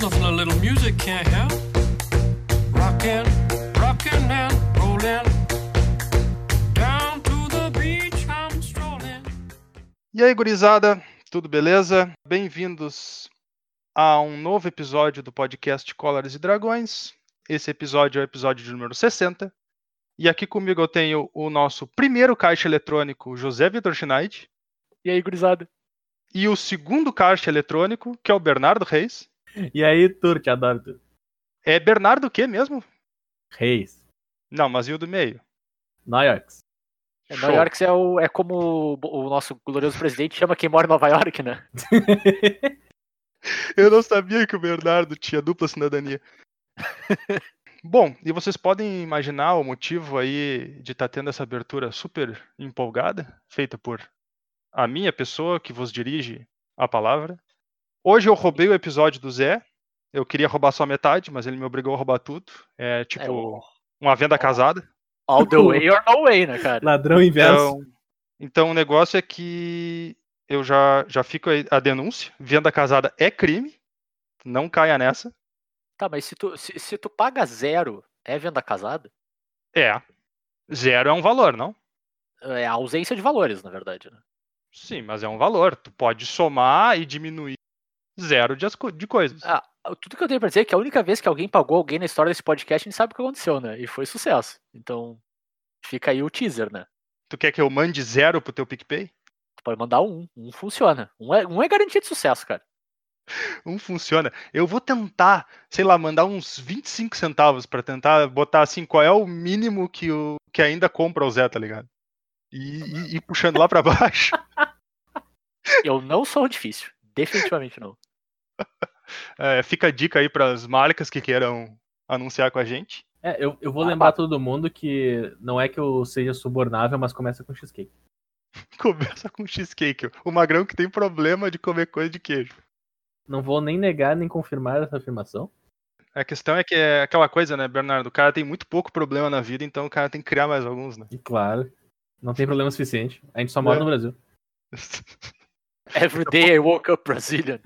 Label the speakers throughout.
Speaker 1: Shuffle a little music, can't help. Rockin', rockin' and rollin'. Down to the beach, I'm strolling.
Speaker 2: E aí, gurizada, tudo beleza? Bem-vindos a um novo episódio do podcast Colores e Dragões. Esse episódio é o episódio de número 60. E aqui comigo eu tenho o nosso primeiro caixa eletrônico, José Vitor Schneid,
Speaker 3: E aí, gurizada?
Speaker 2: e o segundo caixa eletrônico, que é o Bernardo Reis.
Speaker 4: E aí, Tur, te adoro, Tur.
Speaker 2: É Bernardo o quê mesmo?
Speaker 4: Reis.
Speaker 2: Não, mas e o do meio?
Speaker 4: New York.
Speaker 3: É,
Speaker 2: Show.
Speaker 3: Nova York é, o- é como o bo- o nosso glorioso presidente chama quem mora em Nova York, né?
Speaker 2: Eu não sabia que o Bernardo tinha dupla cidadania. Bom, e vocês podem imaginar o motivo aí de estar tendo essa abertura super empolgada, feita por a minha pessoa que vos dirige a palavra. Hoje eu roubei o episódio do Zé. Eu queria roubar só metade, mas ele me obrigou a roubar tudo. É tipo
Speaker 3: É, o-
Speaker 2: uma venda casada.
Speaker 3: All the way or no way, né, cara?
Speaker 4: Ladrão inverso.
Speaker 2: Então, então o negócio é que eu já, já fico aí a denúncia. Venda casada é crime. Não caia nessa.
Speaker 3: Tá, mas se tu, se, se tu paga zero, é venda casada?
Speaker 2: É. Zero é um valor, não?
Speaker 3: É a ausência de valores, na verdade. Né?
Speaker 2: Sim, mas é um valor. Tu pode somar e diminuir zero de, as co- de coisas.
Speaker 3: Ah, Tudo que eu tenho pra dizer é que a única vez que alguém pagou alguém na história desse podcast, a gente sabe o que aconteceu, né? E foi sucesso. Então, fica aí o teaser, né?
Speaker 2: Tu quer que eu mande zero pro teu PicPay?
Speaker 3: Tu pode mandar um, um funciona. Um é, um é garantia de sucesso, cara.
Speaker 2: Um funciona. Eu vou tentar, sei lá, mandar uns 25 centavos pra tentar botar assim qual é o mínimo que, o, que ainda compra o Zé, tá ligado? E, e- e puxando lá pra baixo.
Speaker 3: Eu não sou um difícil. Definitivamente não.
Speaker 2: É, fica a dica aí pras marcas que queiram anunciar com a gente.
Speaker 4: É, eu, eu vou
Speaker 3: Ah,
Speaker 4: lembrar todo mundo que não é que eu seja subornável, mas começa com cheesecake.
Speaker 2: Começa com cheesecake. ó. O magrão que tem problema de comer coisa de queijo.
Speaker 4: Não vou nem negar nem confirmar É essa afirmação.
Speaker 2: A questão é que é aquela coisa, né, Bernardo? O cara tem muito pouco problema na vida, então o cara tem que criar mais alguns, né?
Speaker 4: E claro, não tem problema suficiente. A gente só mora
Speaker 2: É.
Speaker 4: no Brasil.
Speaker 3: Every day I woke up Brazilian.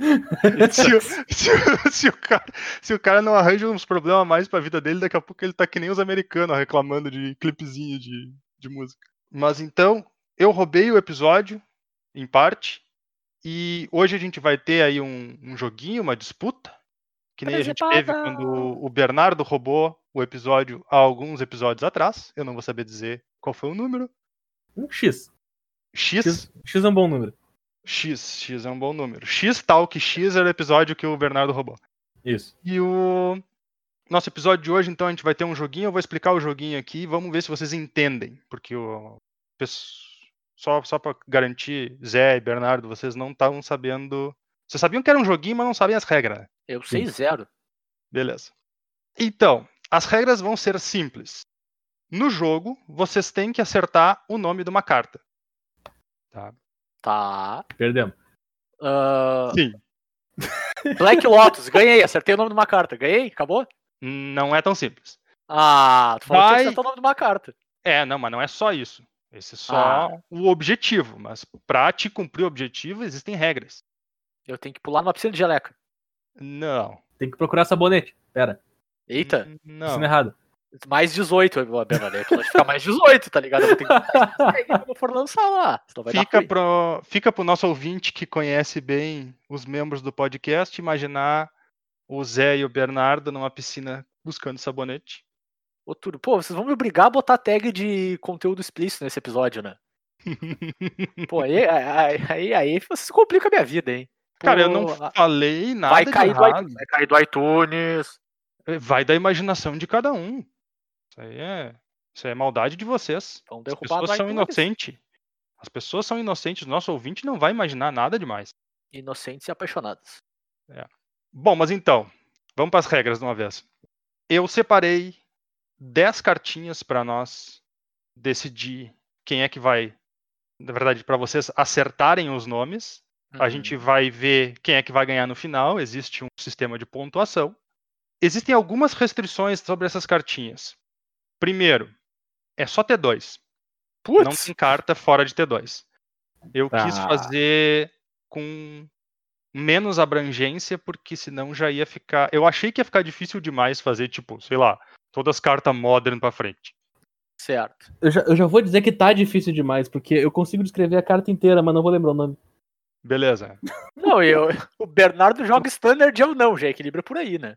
Speaker 2: se, o- se o- se o cara, se o cara não arranja uns problemas a mais pra vida dele, daqui a pouco ele tá que nem os americanos ó, reclamando de clipezinho de, de música. Mas então, eu roubei o episódio, em parte, e hoje a gente vai ter aí um, um joguinho, uma disputa, que nem a gente teve
Speaker 3: Presepada!
Speaker 2: quando o Bernardo roubou o episódio há alguns episódios atrás. Eu não vou saber dizer qual foi o número.
Speaker 4: Um X.
Speaker 2: X,
Speaker 4: X, X é um bom número.
Speaker 2: X, X é um bom número. X tal que X era o episódio que o Bernardo roubou.
Speaker 4: Isso.
Speaker 2: E o nosso episódio de hoje, então, a gente vai ter um joguinho. Eu vou explicar o joguinho aqui e vamos ver se vocês entendem. Porque o. pes- Só, só pra garantir, Zé e Bernardo, vocês não estavam sabendo. Vocês sabiam que era um joguinho, mas não sabem as regras. né?
Speaker 3: Eu sei
Speaker 4: Sim.
Speaker 3: zero.
Speaker 2: Beleza. Então, as regras vão ser simples. No jogo, vocês têm que acertar o nome de uma carta.
Speaker 3: Tá.
Speaker 4: Perdemos.
Speaker 3: Ah,
Speaker 2: Sim.
Speaker 3: Black Lotus, ganhei, acertei o nome de uma carta. Ganhei? Acabou?
Speaker 2: Não é tão simples.
Speaker 3: Ah, tu falou que
Speaker 2: Vai.
Speaker 3: tinha que acertar o nome de uma carta.
Speaker 2: É, não, mas não é só isso. Esse é só
Speaker 3: Ah.
Speaker 2: o objetivo. Mas pra te cumprir o objetivo, existem regras.
Speaker 3: Eu tenho que pular numa piscina de geleca.
Speaker 2: Não.
Speaker 4: Tem que procurar sabonete. Pera,
Speaker 3: Eita, é
Speaker 2: N-
Speaker 4: ensino
Speaker 2: Não.
Speaker 4: errado.
Speaker 2: Hum.
Speaker 3: mais 18, eu- Bernardo. Pode ficar mais 18, tá ligado? Eu vou ter que sair quando eu for lançar lá. Senão vai
Speaker 2: Fica
Speaker 3: dar ruim.
Speaker 2: pro, fica pro nosso ouvinte que conhece bem os membros do podcast imaginar o Zé e o Bernardo numa piscina buscando sabonete.
Speaker 3: Ô, Túlio, pô, vocês vão me obrigar a botar tag de conteúdo explícito nesse episódio, né? Pô, aí, aí, aí, aí vocês complicam a minha vida, hein? Pô,
Speaker 2: Cara, eu não
Speaker 3: a-
Speaker 2: falei nada
Speaker 3: vai
Speaker 2: de
Speaker 3: cair, do
Speaker 2: errado.
Speaker 3: iTunes, vai cair do iTunes.
Speaker 2: Vai da imaginação de cada um. Isso aí é, isso aí é maldade de vocês.
Speaker 3: Vão
Speaker 2: As
Speaker 3: derrubar
Speaker 2: pessoas
Speaker 3: do
Speaker 2: são
Speaker 3: iTunes.
Speaker 2: inocentes. As pessoas são inocentes. O nosso ouvinte não vai imaginar nada demais.
Speaker 3: Inocentes e apaixonados.
Speaker 2: Bom, mas então, vamos para as regras de uma vez. Eu separei 10 cartinhas para nós decidir quem é que vai, na verdade, para vocês acertarem os nomes. A
Speaker 3: Uhum.
Speaker 2: gente vai ver quem é que vai ganhar no final. Existe um sistema de pontuação. Existem algumas restrições sobre essas cartinhas. Primeiro, é só ter dois. Não
Speaker 3: Uhum. Putz,
Speaker 2: tem carta fora de T2. Eu
Speaker 4: Tá.
Speaker 2: quis fazer com menos abrangência, porque senão já ia ficar. Eu achei que ia ficar difícil demais fazer, tipo, sei lá, todas as cartas modern pra frente.
Speaker 3: Certo.
Speaker 5: Eu já, eu já vou dizer que tá difícil demais, porque eu consigo descrever a carta inteira, mas não vou lembrar o nome.
Speaker 2: Beleza.
Speaker 3: Não, e eu, o Bernardo joga standard e eu não, já equilibra por aí, né?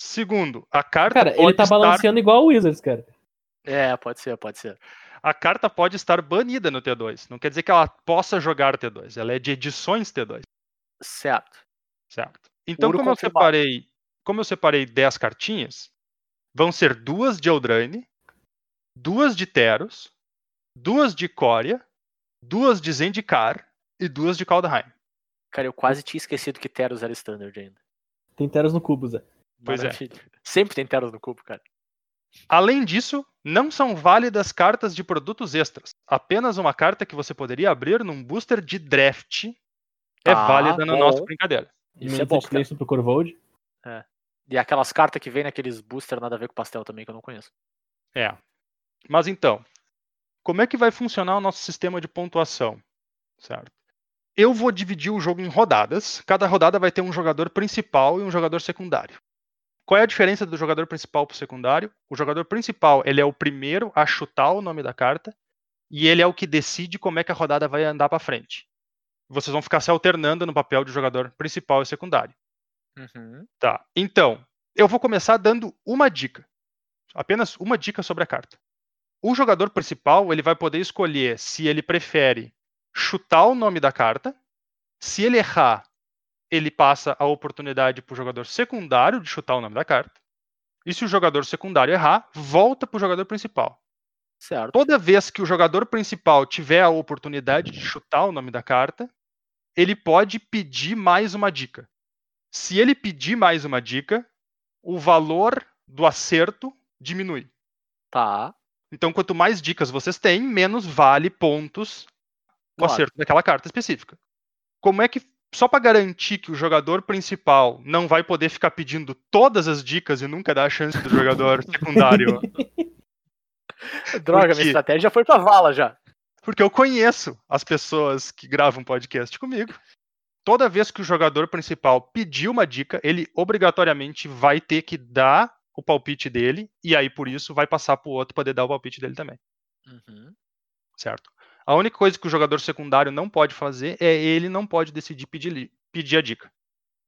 Speaker 2: Segundo, a carta
Speaker 5: Cara,
Speaker 2: pode
Speaker 5: ele tá
Speaker 2: estar-
Speaker 5: balanceando igual o Wizards, cara.
Speaker 3: É, pode ser, pode ser.
Speaker 2: a carta pode estar banida no T2. Não quer dizer que ela possa jogar T2. Ela é de edições T2,
Speaker 3: Certo.
Speaker 2: certo? Então,
Speaker 3: Ouro
Speaker 2: como eu
Speaker 3: confirmado.
Speaker 2: separei, como eu separei 10 cartinhas, vão ser duas de Eldraine, duas de Teros, duas de Coria, duas de Zendikar e duas de Kaldheim.
Speaker 3: Cara, eu quase tinha esquecido que Teros era standard ainda.
Speaker 5: Tem Teros no cubo, Zé.
Speaker 2: Pois é.
Speaker 3: é. Sempre tem Teros no cubo, cara.
Speaker 2: Além disso, não são válidas cartas de produtos extras. Apenas uma carta que você poderia abrir num booster de draft é
Speaker 3: Tá
Speaker 2: válida na
Speaker 3: bom.
Speaker 2: nossa brincadeira.
Speaker 3: Isso é bom, cara. É.
Speaker 5: Isso pro Corvold.
Speaker 3: E aquelas cartas que vem naqueles booster nada a ver com pastel também, que eu não conheço.
Speaker 2: É. Mas então, como é que vai funcionar o nosso sistema de pontuação? Certo? Eu vou dividir o jogo em rodadas. Cada rodada vai ter um jogador principal e um jogador secundário. Qual é a diferença do jogador principal pro secundário? O jogador principal, ele é o primeiro a chutar o nome da carta e ele é o que decide como é que a rodada vai andar para frente. Vocês vão ficar se alternando no papel de jogador principal e secundário.
Speaker 3: Uhum.
Speaker 2: Tá. Então, eu vou começar dando uma dica. Apenas uma dica sobre a carta. O jogador principal, ele vai poder escolher se ele prefere chutar o nome da carta. Se ele errar, ele passa a oportunidade para o jogador secundário de chutar o nome da carta. E se o jogador secundário errar, volta para o jogador principal.
Speaker 3: Certo.
Speaker 2: Toda vez que o jogador principal tiver a oportunidade de chutar o nome da carta, ele pode pedir mais uma dica. Se ele pedir mais uma dica, o valor do acerto diminui.
Speaker 3: Tá.
Speaker 2: Então, quanto mais dicas vocês têm, menos vale pontos o
Speaker 3: Claro.
Speaker 2: acerto daquela carta específica. Como é que só para garantir que o jogador principal não vai poder ficar pedindo todas as dicas e nunca dar a chance do jogador secundário
Speaker 3: Droga,
Speaker 2: quê?
Speaker 3: minha estratégia já foi pra vala já.
Speaker 2: Porque eu conheço as pessoas que gravam podcast comigo. Toda vez que o jogador principal pedir uma dica, ele obrigatoriamente vai ter que dar o palpite dele e aí por isso vai passar pro outro poder dar o palpite dele também,
Speaker 3: Uhum.
Speaker 2: certo? A única coisa que o jogador secundário não pode fazer é ele não pode decidir pedir, li- pedir a dica.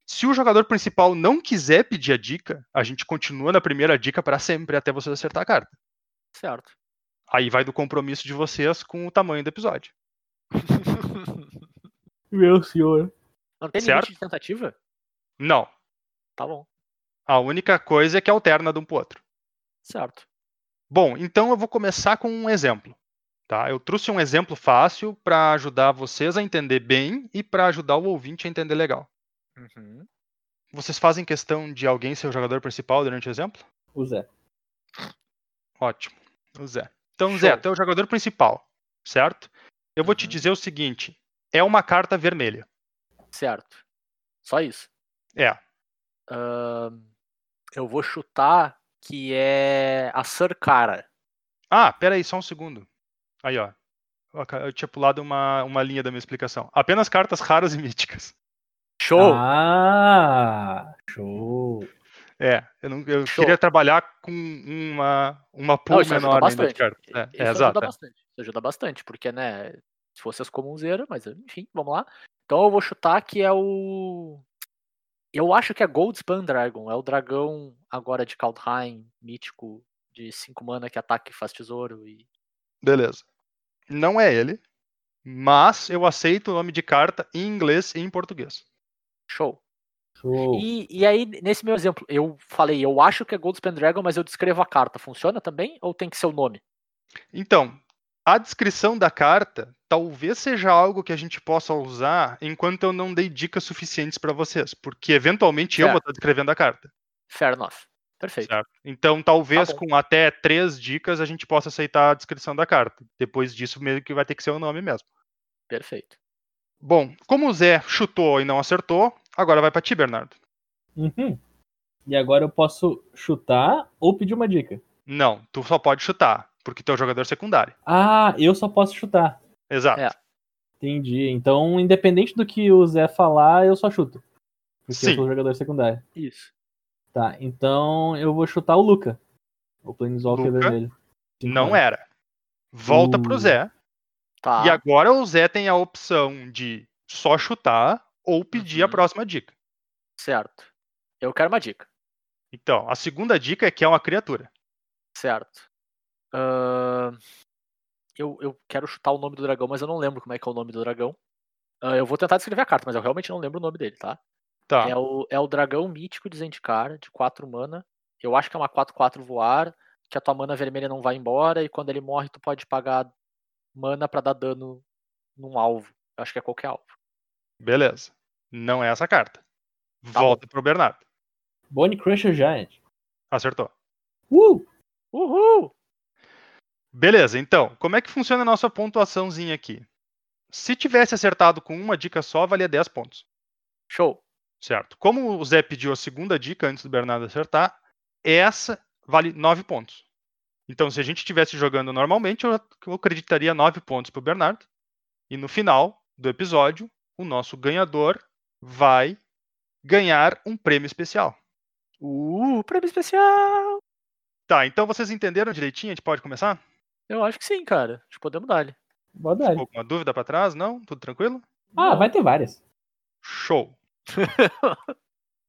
Speaker 2: Se o jogador principal não quiser pedir a dica, a gente continua na primeira dica para sempre até vocês acertar a carta.
Speaker 3: Certo.
Speaker 2: Aí vai do compromisso de vocês com o tamanho do episódio.
Speaker 5: Meu senhor.
Speaker 3: Não tem
Speaker 2: Certo.
Speaker 3: limite de tentativa?
Speaker 2: Não,
Speaker 3: Tá bom.
Speaker 2: A única coisa é que alterna de um pro outro.
Speaker 3: Certo.
Speaker 2: Bom, então eu vou começar com um exemplo. Tá? Eu trouxe um exemplo fácil para ajudar vocês a entender bem e para ajudar o ouvinte a entender legal.
Speaker 3: Uhum.
Speaker 2: Vocês fazem questão de alguém ser o jogador principal durante o exemplo?
Speaker 5: O Zé.
Speaker 2: Ótimo. O Zé. Então,
Speaker 3: Show.
Speaker 2: Zé, tu é o jogador principal, certo? Eu vou te
Speaker 3: Uhum.
Speaker 2: dizer o seguinte: é uma carta vermelha.
Speaker 3: Certo. Só isso.
Speaker 2: É.
Speaker 3: Ahn, eu vou chutar que é a Sarkara.
Speaker 2: Ah, peraí, só um segundo. Aí, ó. Eu aca- Eu tinha pulado uma, uma linha da minha explicação. Apenas cartas raras e míticas. Oh.
Speaker 3: Show!
Speaker 5: Ah! Show!
Speaker 2: É, eu, não, eu
Speaker 3: Show.
Speaker 2: queria trabalhar com uma, uma pool
Speaker 3: isso ajuda
Speaker 2: menor ainda de
Speaker 3: bastante.
Speaker 2: cartas. É,
Speaker 3: Isso
Speaker 2: é,
Speaker 3: ajuda
Speaker 2: exato. é.
Speaker 3: bastante. Isso ajuda bastante, porque, né, se fosse as comunzeiras, mas enfim, vamos lá. Então eu vou chutar que é o. Eu acho que é Goldspan Dragon. É o dragão agora de Kaldheim, mítico, de 5 mana que ataca e faz tesouro. E...
Speaker 2: Beleza. Não é ele, mas eu aceito o nome de carta em inglês e em português.
Speaker 3: Show.
Speaker 5: Show!
Speaker 3: E, e aí, nesse meu exemplo, eu falei, eu acho que é Goldspan Dragon, mas eu descrevo a carta. Funciona também? Ou tem que ser o nome?
Speaker 2: Então, a descrição da carta talvez seja algo que a gente possa usar enquanto eu não dei dicas suficientes para vocês, porque eventualmente eu vou
Speaker 3: Certo.
Speaker 2: estar descrevendo a carta.
Speaker 3: Fair enough. Perfeito.
Speaker 2: certo? Então, talvez
Speaker 3: Tá bom.
Speaker 2: com até três dicas a gente possa aceitar a descrição da carta. Depois disso, meio que vai ter que ser o nome mesmo.
Speaker 3: Perfeito.
Speaker 2: Bom, como o Zé chutou e não acertou, agora vai pra ti, Bernardo.
Speaker 5: Uhum. E agora eu posso chutar ou pedir uma dica.
Speaker 2: Não, tu só pode chutar, porque tu é o jogador secundário.
Speaker 5: Ah, eu só posso chutar.
Speaker 2: Exato.
Speaker 3: É.
Speaker 5: Entendi. Então, independente do que o Zé falar, eu só chuto. Porque
Speaker 2: Sim.
Speaker 5: eu sou um jogador secundário.
Speaker 3: Isso.
Speaker 5: Tá, então eu vou chutar o Luca. O Planeswalker
Speaker 2: Luca?
Speaker 5: vermelho.
Speaker 2: Não é. era. Volta pro
Speaker 5: Uh.
Speaker 2: Zé.
Speaker 3: Tá.
Speaker 2: E agora o Zé tem a opção de só chutar ou pedir a
Speaker 3: Uhum.
Speaker 2: próxima dica.
Speaker 3: Certo. Eu quero uma dica.
Speaker 2: Então, a segunda dica é que é uma criatura.
Speaker 3: Certo. Ahn, eu, eu quero chutar o nome do dragão, mas eu não lembro como é que é o nome do dragão. Ah, eu vou tentar descrever a carta, mas eu realmente não lembro o nome dele, tá?
Speaker 2: Tá.
Speaker 3: É, o, é o dragão mítico de Zendikar, de 4 mana. Eu acho que é uma 4-4 voar, que a tua mana vermelha não vai embora, e quando ele morre, tu pode pagar mana pra dar dano num alvo. Eu acho que é qualquer alvo.
Speaker 2: Beleza. Não é essa carta.
Speaker 3: Tá bom.
Speaker 2: Volta pro Bernardo.
Speaker 5: Bone Crusher Giant.
Speaker 2: Acertou.
Speaker 5: Uh!
Speaker 3: Uhul!
Speaker 2: Beleza, então, como é que funciona a nossa pontuaçãozinha aqui? Se tivesse acertado com uma dica só, valia 10 pontos.
Speaker 3: Show!
Speaker 2: Certo. Como o Zé pediu a segunda dica antes do Bernardo acertar, essa vale 9 pontos. Então, se a gente estivesse jogando normalmente, eu eu acreditaria 9 pontos para o Bernardo. E no final do episódio, o nosso ganhador vai ganhar um prêmio especial.
Speaker 3: Uh, prêmio especial!
Speaker 2: Tá, então vocês entenderam direitinho? A gente pode começar?
Speaker 3: Eu acho que sim, cara. Acho que podemos dar-lhe.
Speaker 5: Boa dar.
Speaker 2: Alguma dúvida para trás? Não? Tudo tranquilo?
Speaker 5: Ah, vai ter várias.
Speaker 2: Show.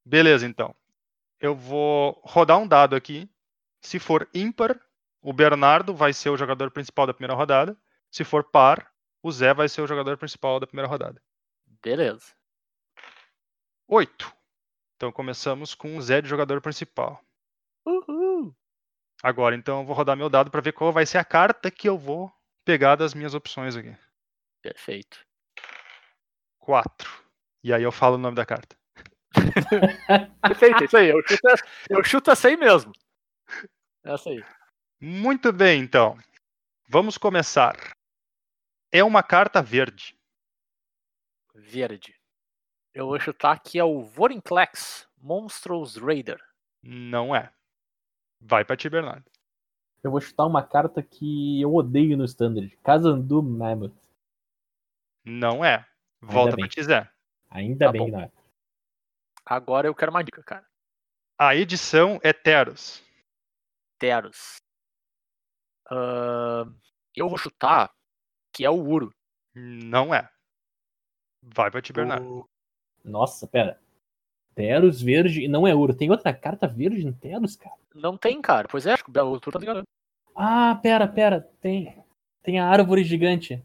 Speaker 2: Beleza, então. Eu vou rodar um dado aqui. Se for ímpar, o Bernardo vai ser o jogador principal da primeira rodada. Se for par, o Zé vai ser o jogador principal da primeira rodada.
Speaker 3: Beleza.
Speaker 2: Oito. Então começamos com o Zé de jogador principal.
Speaker 3: Uhul!
Speaker 2: Agora, então, eu vou rodar meu dado para ver qual vai ser a carta que eu vou pegar das minhas opções aqui.
Speaker 3: Perfeito.
Speaker 2: Quatro. E aí eu falo o nome da carta.
Speaker 3: Perfeito, é isso aí. Eu chuto, eu chuto essa aí mesmo. É Essa aí.
Speaker 2: Muito bem, então. Vamos começar. É uma carta verde.
Speaker 3: Verde. Eu vou chutar que é o Vorinclex Monstrous Raider.
Speaker 2: Não é. Vai pra ti, Bernardo.
Speaker 5: Eu vou chutar uma carta que eu odeio no standard. Kazandu Mammoth.
Speaker 2: Não é. Volta pra
Speaker 5: bem.
Speaker 2: ti, Zé.
Speaker 5: Ainda
Speaker 3: Tá
Speaker 5: bem
Speaker 3: bom.
Speaker 5: que não é.
Speaker 3: Agora eu quero uma dica, cara.
Speaker 2: A edição é Teros.
Speaker 3: Teros. Ahn, eu vou chutar que é o Uro.
Speaker 2: Não é. Vai pra ti, Bernardo.
Speaker 3: do-
Speaker 5: Nossa, pera. Teros verde e não é ouro. Tem outra carta verde em Teros, cara?
Speaker 3: Não tem, cara. Pois é, acho que o Belo Turno tá ligado.
Speaker 5: Ah, pera, pera. Tem, tem a árvore gigante.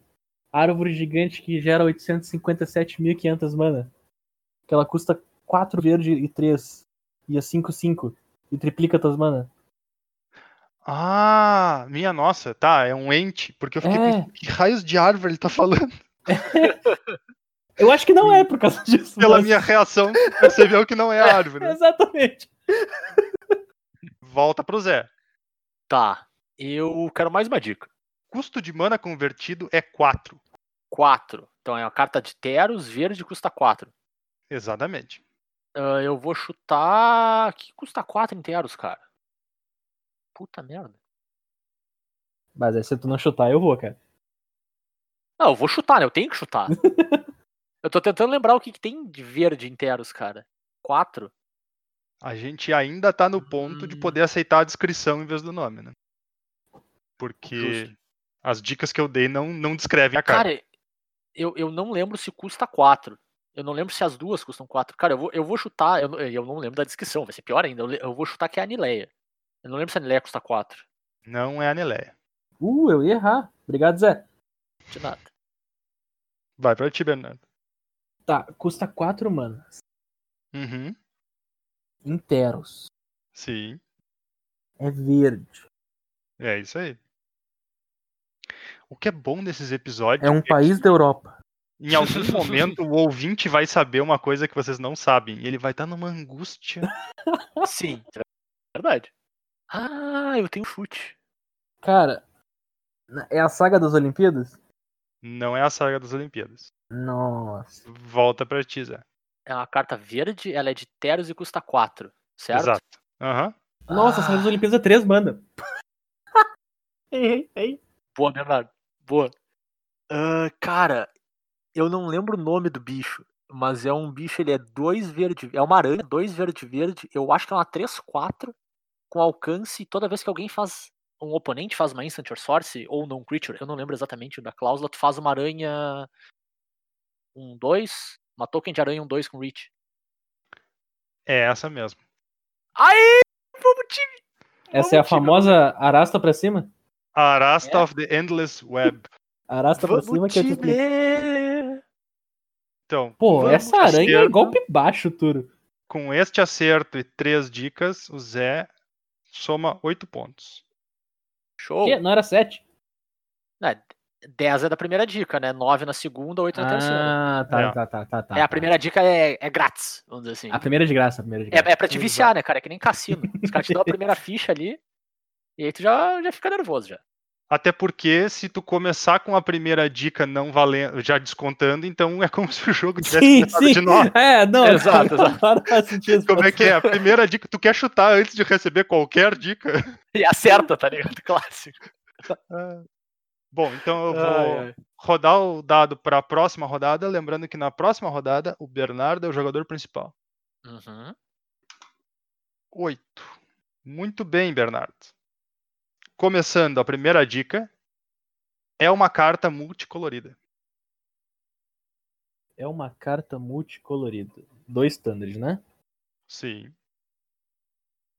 Speaker 5: A árvore gigante que gera 857.500 mana. Que ela custa 4 verde e 3. E a 5, 5. E triplica tuas mana.
Speaker 2: Ah, minha nossa. Tá, é um ente. Porque eu fiquei
Speaker 5: É.
Speaker 2: pensando, que raios de árvore ele tá falando?
Speaker 5: Eu acho que não é por causa disso.
Speaker 2: Pela
Speaker 5: mas-
Speaker 2: minha reação, percebeu que não é árvore.
Speaker 5: Exatamente.
Speaker 2: Volta pro Zé.
Speaker 3: Tá. Eu quero mais uma dica.
Speaker 2: Custo de mana convertido é 4.
Speaker 3: 4. Então é uma carta de Teros, verde, custa 4.
Speaker 2: Exatamente.
Speaker 3: Ah, eu vou chutar. Que custa 4 inteiros, cara? Puta merda.
Speaker 5: Mas aí, se tu não chutar, eu vou, cara.
Speaker 3: Não, eu vou chutar, né? Eu tenho que chutar. eu tô tentando lembrar o que, que tem de verde inteiros, cara. 4?
Speaker 2: A gente ainda tá no ponto de
Speaker 3: Hum.
Speaker 2: poder aceitar a descrição em vez do nome, né? Porque
Speaker 3: Justo.
Speaker 2: as dicas que eu dei não, não descrevem a carta.
Speaker 3: Cara, eu, eu não lembro se custa 4. Eu não lembro se as duas custam 4. Cara, eu vou, eu vou chutar. Eu, não- eu não lembro da descrição, vai ser pior ainda. Eu, le- eu vou chutar que é a Anileia. Eu não lembro se a Anileia custa 4.
Speaker 2: Não é a Neleia.
Speaker 5: Uh, eu ia errar. Obrigado, Zé.
Speaker 3: De nada.
Speaker 2: Vai pra ti, Bernardo.
Speaker 5: Tá, custa 4 manas.
Speaker 2: Uhum.
Speaker 5: Interos.
Speaker 2: Sim,
Speaker 5: É verde.
Speaker 2: é isso aí. O que é bom desses episódios
Speaker 5: É um
Speaker 2: que
Speaker 5: país da Europa.
Speaker 2: em algum momento o ouvinte vai saber uma coisa que vocês não sabem. E ele vai estar numa angústia.
Speaker 3: Sim, é verdade. Ah, eu tenho chute.
Speaker 5: Cara, é a saga das Olimpíadas?
Speaker 2: Não é a saga das Olimpíadas.
Speaker 5: Nossa.
Speaker 2: Volta pra ti, Zé.
Speaker 3: É uma carta verde, ela é de Teros e custa 4. Certo?
Speaker 2: Exato. Aham.
Speaker 5: Nossa, a
Speaker 3: Ah,
Speaker 5: saga das Olimpíadas é 3 mana. Errei, errei.
Speaker 3: Boa, Bernardo. Boa. Ah, cara, Eu não lembro o nome do bicho, mas é um bicho, ele é dois verde. É uma aranha, dois verde-verde. Eu acho que é uma 3-4 com alcance. e Toda vez que alguém faz. Um oponente faz uma Instant or Source ou não creature, eu não lembro exatamente da cláusula, tu faz uma aranha. Um 2, uma token de aranha um 2 com Reach.
Speaker 2: É essa mesmo.
Speaker 3: Aí! Vamos, time!
Speaker 5: Essa é a famosa arasta pra cima?
Speaker 2: Arasta
Speaker 3: É?
Speaker 2: of the Endless Web.
Speaker 5: Arasta pra cima
Speaker 3: Vamos,
Speaker 5: que é tipo.
Speaker 3: time!
Speaker 2: Então,
Speaker 5: Pô,
Speaker 2: vamos
Speaker 5: essa aranha é
Speaker 2: ser-
Speaker 5: golpe baixo, Turo.
Speaker 2: Com este acerto e três dicas, o Zé soma oito pontos.
Speaker 3: Show!
Speaker 5: Quê? Não era 7?
Speaker 3: 10 é da primeira dica, né? 9 na segunda, 8 na terceira.
Speaker 5: Ah,
Speaker 2: É.
Speaker 5: tá, tá, tá, tá, tá.
Speaker 3: é, a primeira dica é, é grátis, vamos dizer assim.
Speaker 5: A primeira de graça, a primeira de graça.
Speaker 3: É, é pra te viciar, né, cara? É que nem cassino. Os caras te dão a primeira ficha ali, e aí tu já, já fica nervoso já.
Speaker 2: Até porque, se tu começar com a primeira dica não valendo, já descontando, então é como se o jogo tivesse
Speaker 5: Sim,
Speaker 2: começado
Speaker 5: sim. Tipo,
Speaker 2: de novo.
Speaker 5: É, não,
Speaker 3: Exato, exato.
Speaker 5: Para faz sentido.
Speaker 2: Como é que é? A primeira dica, tu quer chutar antes de receber qualquer dica?
Speaker 3: E acerta, tá ligado? Clássico.
Speaker 2: Bom, então eu vou
Speaker 3: Ai, ai.
Speaker 2: rodar o dado para a próxima rodada, lembrando que na próxima rodada o Bernardo é o jogador principal.
Speaker 3: Uhum.
Speaker 2: Oito. Muito bem, Bernardo. Começando, a primeira dica é uma carta multicolorida.
Speaker 5: É uma carta multicolorida. Dois standards, né?
Speaker 2: Sim.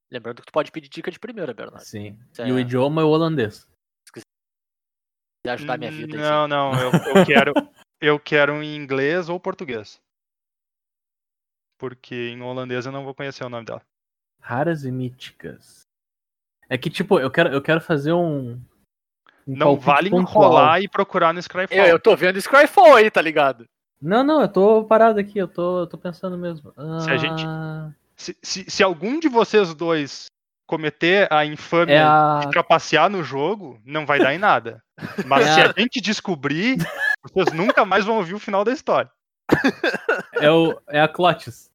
Speaker 3: Lembrando que tu pode pedir dica de primeira, Bernardo. Se
Speaker 5: Sim.
Speaker 3: Certo.
Speaker 5: E o idioma é o holandês.
Speaker 3: quiser ajudar a minha vida
Speaker 2: Hum,
Speaker 3: aí,
Speaker 2: não, não, eu, eu quero eu quero em inglês ou português. Porque em holandês eu não vou conhecer o nome dela.
Speaker 5: Raras e míticas. É que, tipo, eu quero, eu quero fazer um. um
Speaker 2: Não
Speaker 5: palpite
Speaker 2: vale
Speaker 5: pontual.
Speaker 2: enrolar e procurar no
Speaker 3: sim.
Speaker 2: Scryfall.
Speaker 3: Eu, eu tô vendo Scryfall aí, tá ligado?
Speaker 5: Não, não, eu tô parado aqui, eu tô, eu tô pensando mesmo.
Speaker 2: Se a gente-
Speaker 5: Ah,
Speaker 2: Se, se- se algum de vocês dois cometer a infame
Speaker 5: É a.
Speaker 2: de trapacear no jogo, não vai dar em nada. Mas
Speaker 5: É
Speaker 2: se
Speaker 5: a-
Speaker 2: a gente descobrir, vocês nunca mais vão ouvir o final da história.
Speaker 5: É, o, é a Clotis.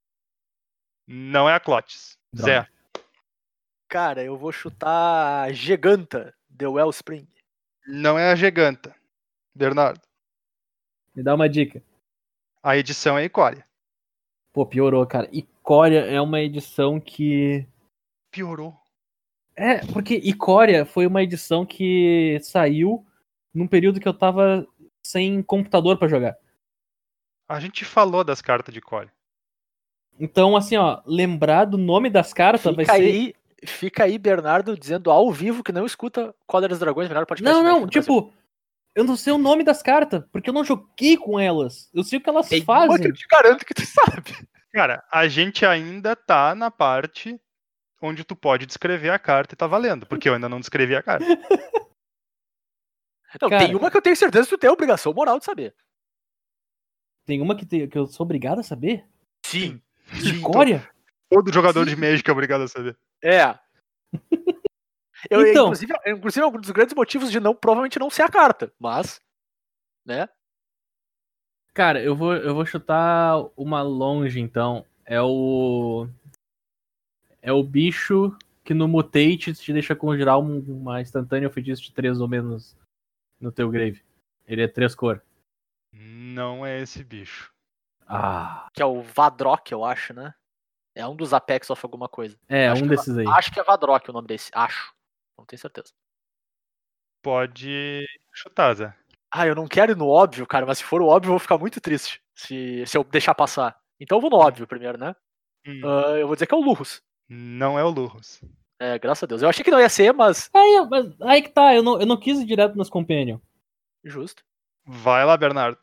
Speaker 2: Não é a Clotes.
Speaker 5: Droga.
Speaker 2: Zé,
Speaker 3: Cara, eu vou chutar Giganta, The Wellspring.
Speaker 2: não é a Giganta. Bernardo,
Speaker 5: Me dá uma dica.
Speaker 2: a edição é Icória.
Speaker 5: Pô, piorou, cara. Icória é uma edição que.
Speaker 2: Piorou.
Speaker 5: É, porque Icória foi uma edição que saiu num período que eu tava sem computador pra jogar.
Speaker 2: A gente falou das cartas de Icória.
Speaker 5: Então, assim, ó, lembrar do nome das cartas vai
Speaker 3: Fica
Speaker 5: ser.
Speaker 3: aí, fica aí, Bernardo, dizendo ao vivo que não escuta Cólera dos Dragões, melhor podcast.
Speaker 5: Não,
Speaker 3: do
Speaker 5: não,
Speaker 3: Magic no Brasil.
Speaker 5: tipo, eu não sei o nome das cartas, porque eu não joguei com elas. Eu sei o que elas
Speaker 3: Tem uma que
Speaker 5: fazem.
Speaker 3: eu te garanto que tu sabe.
Speaker 2: Cara, a gente ainda tá na parte onde tu pode descrever a carta e tá valendo, porque eu ainda não descrevi a carta.
Speaker 3: Não, tem
Speaker 5: Cara.
Speaker 3: uma que eu tenho certeza que tu tem a obrigação moral de saber.
Speaker 5: Tem uma que, tem- que eu sou obrigado a saber?
Speaker 3: Sim.
Speaker 5: Icória?
Speaker 2: Todo jogador de Magic é obrigado a saber.
Speaker 3: É. Eu,
Speaker 5: Então.
Speaker 3: inclusive, é, inclusive, é um dos grandes motivos de não provavelmente não ser a carta. Mas. Né?
Speaker 5: Cara, eu vou, eu vou chutar uma longe, então. É o. É o bicho que no mutate te deixa conjurar um- uma instantânea ou feitiço de 3 ou menos no teu grave. Ele é três cor.
Speaker 2: Não é esse bicho.
Speaker 5: Ah.
Speaker 3: Que é o Vadrock, eu acho, né? É um dos Apex of alguma coisa.
Speaker 5: É,
Speaker 3: Acho
Speaker 5: um
Speaker 3: que-
Speaker 5: desses aí.
Speaker 3: Acho que é Vadrock o nome desse. Acho. Não tenho certeza.
Speaker 2: Pode chutar, Zé.
Speaker 3: Ah, eu não quero ir no óbvio, cara, mas se for o óbvio, eu vou ficar muito triste. Se, se eu deixar passar. Então eu vou no óbvio primeiro, né?
Speaker 2: Hum.
Speaker 3: Ah, eu vou dizer que é o Lurrus.
Speaker 2: Não é o Lurros.
Speaker 3: É, graças a Deus. Eu achei que não ia ser, mas.
Speaker 5: Aí, mas- aí que tá, eu não, eu não quis ir direto nas Companion.
Speaker 3: Justo.
Speaker 2: Vai lá, Bernardo.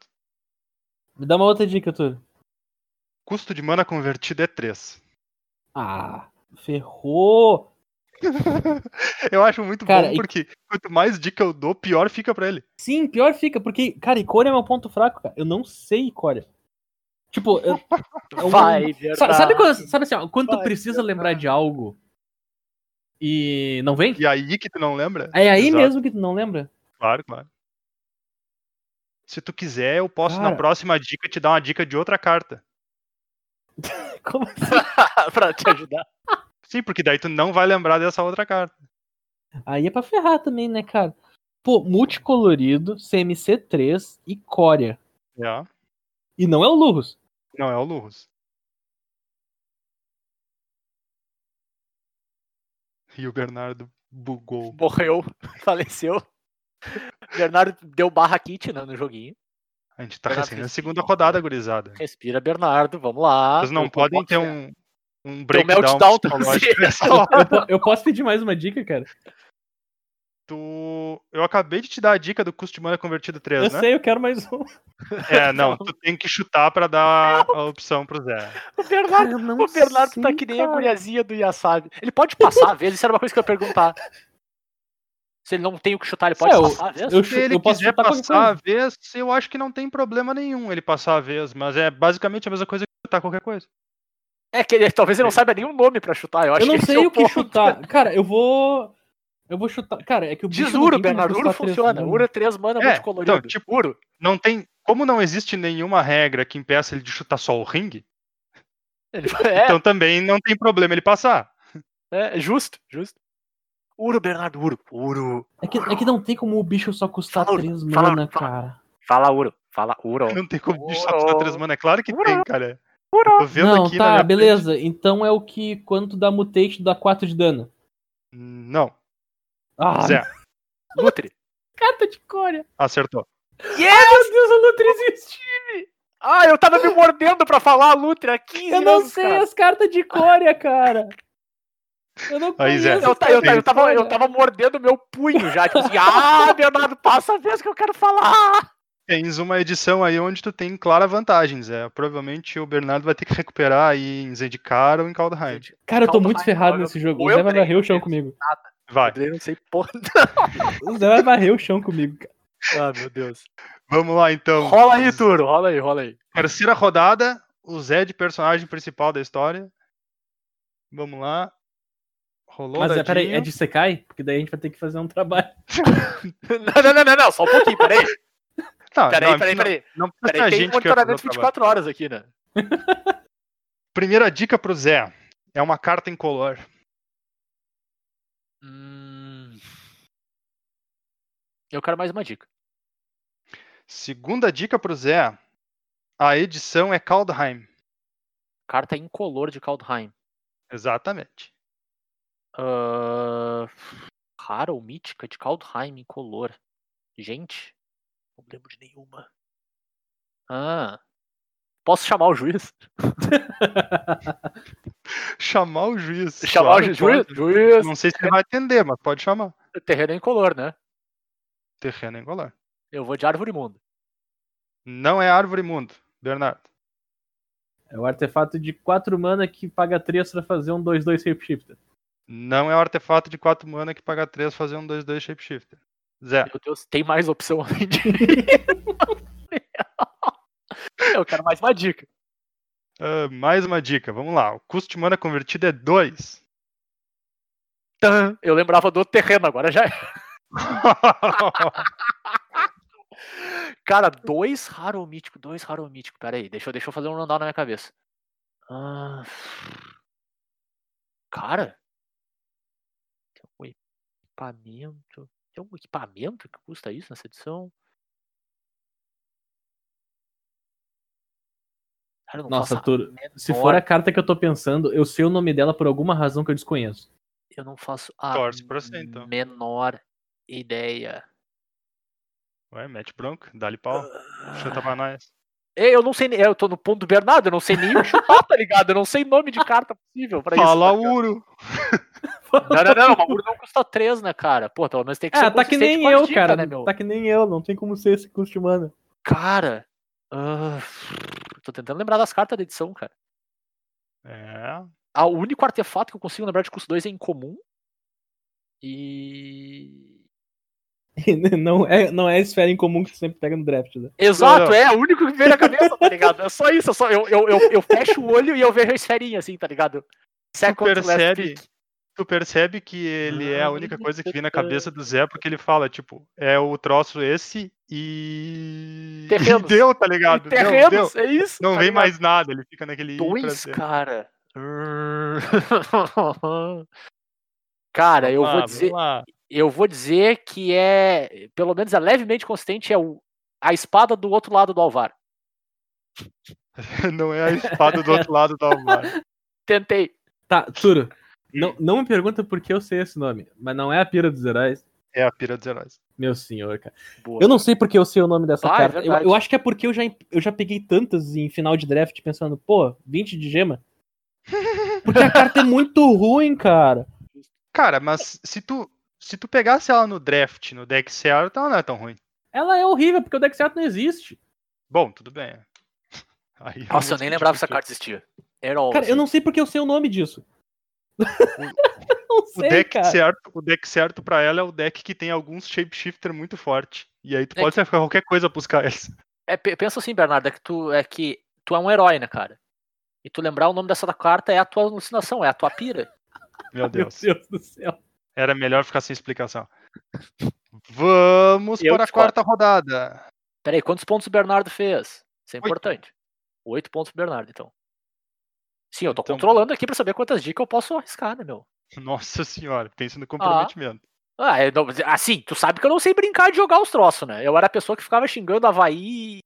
Speaker 5: Me dá uma outra dica, tu.
Speaker 2: Custo de mana convertido é 3.
Speaker 5: Ah, ferrou!
Speaker 2: Eu acho muito
Speaker 5: Cara,
Speaker 2: bom
Speaker 5: e-
Speaker 2: porque quanto mais dica eu dou, pior fica pra ele.
Speaker 5: Sim, pior fica, porque, cara, Icória é meu ponto fraco, cara. Eu não sei Icória. Tipo, eu, É um-
Speaker 3: Vai,
Speaker 5: Sa-
Speaker 3: verdade.
Speaker 5: Sabe, quando, sabe assim, ó, quando tu
Speaker 3: Vai,
Speaker 5: precisa
Speaker 3: verdade.
Speaker 5: lembrar de algo e não vem?
Speaker 2: E aí que tu não lembra?
Speaker 5: É aí
Speaker 2: Exato.
Speaker 5: mesmo que tu não lembra?
Speaker 2: Claro, claro. Se tu quiser, eu posso na
Speaker 5: Cara.
Speaker 2: próxima dica te dar uma dica de outra carta.
Speaker 5: Como assim?
Speaker 3: pra te ajudar.
Speaker 2: Sim, porque daí tu não vai lembrar dessa outra carta.
Speaker 5: Aí é pra ferrar também, né, cara? Pô, multicolorido, CMC3 e Coreia.
Speaker 2: É.
Speaker 5: E não é o Lurrus.
Speaker 2: Não, é o Lurrus. E o Bernardo bugou.
Speaker 3: Morreu, faleceu. Bernardo deu barra kit né, no joguinho.
Speaker 2: A gente tá
Speaker 3: Bernardo
Speaker 2: recém na
Speaker 3: fez-
Speaker 2: segunda rodada, gurizada.
Speaker 3: Respira, Bernardo, vamos lá.
Speaker 2: Vocês não
Speaker 3: Ah, Eu-
Speaker 2: podem
Speaker 3: eu-
Speaker 2: ter um, um
Speaker 3: Teu
Speaker 2: breakdown
Speaker 3: meltdown
Speaker 2: psicológico
Speaker 3: tá
Speaker 2: nessa hora.
Speaker 5: Eu, po- eu posso pedir mais uma dica, cara?
Speaker 2: Tu- Eu acabei de te dar a dica do custo de mana convertido
Speaker 5: Eu
Speaker 2: 3, né?
Speaker 5: sei, eu quero mais um.
Speaker 2: É, não, tu tem que chutar pra dar a opção pro Zé.
Speaker 3: O Bernardo, o Bernardo tá que nem a guriazinha do Yasabi. Ele pode passar a vez, isso era uma coisa que eu ia perguntar. Se ele não tem o que chutar, ele pode
Speaker 5: É, eu-
Speaker 3: passar a vez?
Speaker 5: Eu,
Speaker 2: Se
Speaker 5: chu-
Speaker 2: ele
Speaker 5: eu posso
Speaker 2: quiser
Speaker 5: chutar qualquer
Speaker 2: passar a
Speaker 5: coisa.
Speaker 2: vez, eu acho que não tem problema nenhum ele passar a vez, mas é basicamente a mesma coisa que chutar qualquer coisa.
Speaker 3: É que ele, talvez ele não saiba nenhum nome pra chutar, eu acho
Speaker 5: Eu não
Speaker 3: que esse
Speaker 5: sei
Speaker 3: é
Speaker 5: o que
Speaker 3: ponto.
Speaker 5: chutar. Cara, eu vou. Eu vou chutar. Cara, é que o bicho
Speaker 3: Diz
Speaker 5: não
Speaker 3: Uro,
Speaker 5: tem como
Speaker 3: Bernardo. Uro
Speaker 5: custar três,
Speaker 3: funciona.
Speaker 5: né?
Speaker 3: Uro é três mana
Speaker 2: É,
Speaker 3: muito colorido.
Speaker 2: então, tipo-
Speaker 3: Uro.
Speaker 2: Não tem. Como não existe nenhuma regra que impeça ele de chutar só o ringue,
Speaker 3: Ele- é,
Speaker 2: então também não tem problema ele passar.
Speaker 3: é, justo, justo. Uro, Bernardo, Uro. Uro.
Speaker 5: É que, é que não tem como o bicho só custar
Speaker 3: Fala,
Speaker 5: três
Speaker 3: fala,
Speaker 5: mana,
Speaker 3: fala.
Speaker 5: cara.
Speaker 3: Fala, Uro. Fala, Uro.
Speaker 2: Não tem como ele só chutar três mana. É claro que tem, cara.
Speaker 3: Uro.
Speaker 2: Tô vendo
Speaker 5: não,
Speaker 2: aqui na
Speaker 5: tá,
Speaker 2: minha
Speaker 5: beleza. Então é o que quando tu dá mutate, tu dá 4 de dano.
Speaker 2: frente. Não.
Speaker 5: Ah,
Speaker 2: Zé,
Speaker 3: Nutri.
Speaker 5: carta de cória.
Speaker 2: acertou.
Speaker 5: Meu Deus, o Lutre existe.
Speaker 3: Ah, eu tava me mordendo pra falar Lutri há 15
Speaker 5: Eu não
Speaker 3: anos,
Speaker 5: sei
Speaker 3: cara.
Speaker 5: as cartas de cória, cara. Eu não
Speaker 2: Aí,
Speaker 5: conheço.
Speaker 2: Zé,
Speaker 3: Eu, ta- eu, ta- eu
Speaker 5: as
Speaker 3: tava,
Speaker 5: cartas
Speaker 3: eu
Speaker 5: de
Speaker 3: tava mordendo meu punho já, tipo assim, ah, Bernardo, passa a vez que eu quero falar.
Speaker 2: Tens uma edição aí onde tu tem clara vantagem, Zé. Provavelmente o Bernardo vai ter que recuperar aí em Zendikar ou em Kaldheim.
Speaker 5: cória. Cara, eu tô
Speaker 3: Calma,
Speaker 5: muito
Speaker 3: vai,
Speaker 5: ferrado
Speaker 3: eu-
Speaker 5: nesse jogo.
Speaker 3: ou
Speaker 5: O
Speaker 3: eu
Speaker 5: Zé vai
Speaker 3: treino,
Speaker 5: varrer o chão
Speaker 3: eu-
Speaker 5: coordenado.
Speaker 2: Vai.
Speaker 3: Eu não sei porra.
Speaker 5: comigo. O Zé vai varrer o chão comigo, cara.
Speaker 3: Ah, meu Deus.
Speaker 2: Vamos lá então.
Speaker 3: Rola aí, Turo, rola aí, rola aí.
Speaker 2: Terceira rodada, o Zé de personagem principal da história. Vamos lá. Rolou
Speaker 5: Mas é,
Speaker 2: dadinho.
Speaker 5: peraí, é de Sekai? Porque daí a gente vai ter que fazer um trabalho.
Speaker 3: Não, não, não, não, não, só um pouquinho, peraí.
Speaker 2: Tá,
Speaker 3: Peraí,
Speaker 2: não,
Speaker 3: peraí,
Speaker 2: não-
Speaker 3: peraí.
Speaker 2: Não precisa
Speaker 3: Peraí,
Speaker 2: ser a
Speaker 3: tem um
Speaker 2: gente que vai fazer o trabalho.
Speaker 3: monitoramento 24 horas aqui, né?
Speaker 2: Primeira dica pro Zé. É uma carta incolor.
Speaker 3: Hum... Eu quero mais uma dica.
Speaker 2: Segunda dica pro Zé. A edição é Kaldheim.
Speaker 3: Carta incolor de Kaldheim.
Speaker 2: Exatamente.
Speaker 3: Ah, Rara ou mítica de Kaldheim incolor. Gente, não lembro de nenhuma. Ah. Posso chamar o juiz?
Speaker 2: Chamar o juiz.
Speaker 3: Chamar o
Speaker 2: claro,
Speaker 3: ju- juiz?
Speaker 2: pode.
Speaker 3: Juiz!
Speaker 2: Não sei se ele vai atender, mas pode chamar.
Speaker 3: Terreno é incolor, né?
Speaker 2: Terreno incolor.
Speaker 3: Eu vou de árvore mundo.
Speaker 2: Não é árvore mundo, Bernardo.
Speaker 5: É o artefato de 4 mana que paga 3 pra fazer um 2-2 shapeshifter.
Speaker 2: Não é o artefato de 4 mana que paga 3 fazer um 2-2 shapeshifter. Zé.
Speaker 3: Meu Deus, tem mais opção além de. Eu quero mais uma dica.
Speaker 2: Ah, mais uma dica, vamos lá. O custo de mana convertido é 2.
Speaker 3: Tã, Eu lembrava do terreno, agora já Cara, dois raro mítico, dois raro mítico. Pera aí, deixa, eu- deixa eu fazer um rundown na minha cabeça. Ah, Cara, tem um equipamento. Tem um equipamento que custa isso nessa edição? Cara, eu não
Speaker 5: Nossa,
Speaker 3: faço a
Speaker 5: Turo, se
Speaker 3: menor-
Speaker 5: for a carta que eu tô pensando, eu sei o nome dela por alguma razão que eu desconheço.
Speaker 3: Eu não faço a
Speaker 2: Torce pra você, então.
Speaker 3: menor ideia.
Speaker 2: Ué, mete bronca, dá-lhe pau. Chuta pra nós.
Speaker 3: É, Eu não sei, nem- eu tô no ponto do Bernardo, eu não sei nem o que chutar, tá ligado? Eu não sei nome de carta possível pra
Speaker 2: Fala
Speaker 3: isso. tá
Speaker 2: Uro.
Speaker 3: Não, não, não, mas o não custa 3, né, cara? Pô, pelo menos tem que ser
Speaker 5: Ah, tá que
Speaker 3: consistente
Speaker 5: nem
Speaker 3: com as
Speaker 5: eu,
Speaker 3: dicas,
Speaker 5: cara.
Speaker 3: né, meu?
Speaker 5: Tá que nem eu, não tem como ser esse custo de mana.
Speaker 3: Cara, ah, tô tentando lembrar das cartas da edição, cara.
Speaker 2: É.
Speaker 3: Ah, o único artefato que eu consigo lembrar de custo 2 é incomum. E.
Speaker 5: E não, é, não é a esfera incomum que tu sempre pega no draft, né?
Speaker 3: Exato,
Speaker 2: Não.
Speaker 3: é, o único que veio na cabeça, tá ligado? É só isso, é só, eu, eu, eu, eu fecho o olho e eu vejo a esferinha, assim, tá ligado? Second to last
Speaker 2: percebe?
Speaker 3: pick.
Speaker 2: Tu percebe que ele é a única
Speaker 3: Ah,
Speaker 2: coisa que vem na cabeça do Zé, porque ele fala, tipo, é o troço esse e.
Speaker 3: Terrenos.
Speaker 2: E deu, tá ligado? Deu,
Speaker 3: Terrenos,
Speaker 2: deu.
Speaker 3: é isso?
Speaker 2: Não
Speaker 3: tá
Speaker 2: vem
Speaker 3: ligado?
Speaker 2: mais nada, ele fica naquele.
Speaker 3: Dois,
Speaker 2: prazer.
Speaker 3: cara. cara, eu
Speaker 2: Vamos lá,
Speaker 3: vou
Speaker 2: vamos
Speaker 3: dizer,
Speaker 2: lá.
Speaker 3: eu vou dizer que é, pelo menos é levemente consistente é o, a espada do outro lado do alvar.
Speaker 2: Não é a espada do outro lado da almara.
Speaker 3: Tentei.
Speaker 5: Tá, Turo. Não, não me pergunta por que eu sei esse nome, mas não é a pira dos heróis.
Speaker 2: É a pira dos heróis.
Speaker 5: Meu senhor, cara.
Speaker 3: Boa.
Speaker 5: Eu não sei porque eu sei o nome dessa
Speaker 3: Ah, é
Speaker 5: carta. eu,
Speaker 3: verdade.
Speaker 5: eu acho que é porque eu já, eu já peguei tantas em final de draft pensando, pô, 20 de gema. Porque a carta é muito ruim, cara.
Speaker 2: Cara, mas se tu, se tu pegasse ela no draft, no deck certo, ela não é tão ruim.
Speaker 5: Ela é horrível, porque o deck certo não existe.
Speaker 2: Bom, tudo bem. é. Aí é
Speaker 3: Nossa, eu
Speaker 2: muito
Speaker 3: nem lembrava que essa
Speaker 2: discutível.
Speaker 3: carta existia. Herói.
Speaker 5: Cara, eu não sei porque eu sei o nome disso. não
Speaker 2: O
Speaker 5: sei,
Speaker 2: deck,
Speaker 5: cara.
Speaker 2: certo, o deck certo pra ela é o deck que tem alguns shapeshifter muito forte. E aí tu
Speaker 3: É
Speaker 2: pode sacrificar qualquer coisa pros caras.
Speaker 3: É, pe- pensa assim, Bernardo, é que, tu, é que tu é um herói, né, cara? E tu lembrar o nome dessa carta é a tua alucinação, é a tua pira.
Speaker 2: Meu
Speaker 5: Meu
Speaker 2: Deus.
Speaker 5: Deus do céu.
Speaker 2: Era melhor ficar sem explicação. Vamos
Speaker 3: Eu
Speaker 2: para a
Speaker 3: discordo.
Speaker 2: quarta rodada.
Speaker 3: Peraí, quantos pontos o Bernardo fez? Isso é
Speaker 2: Oito.
Speaker 3: importante. Oito pontos pro Bernardo, então. Sim, eu tô
Speaker 2: Então-
Speaker 3: controlando aqui pra saber quantas dicas eu posso arriscar, né, meu?
Speaker 2: Nossa senhora, pensa no comprometimento.
Speaker 3: Ah, eu não- assim, tu sabe que eu não sei brincar de jogar os troços, né? Eu era a pessoa que ficava xingando Havaí e-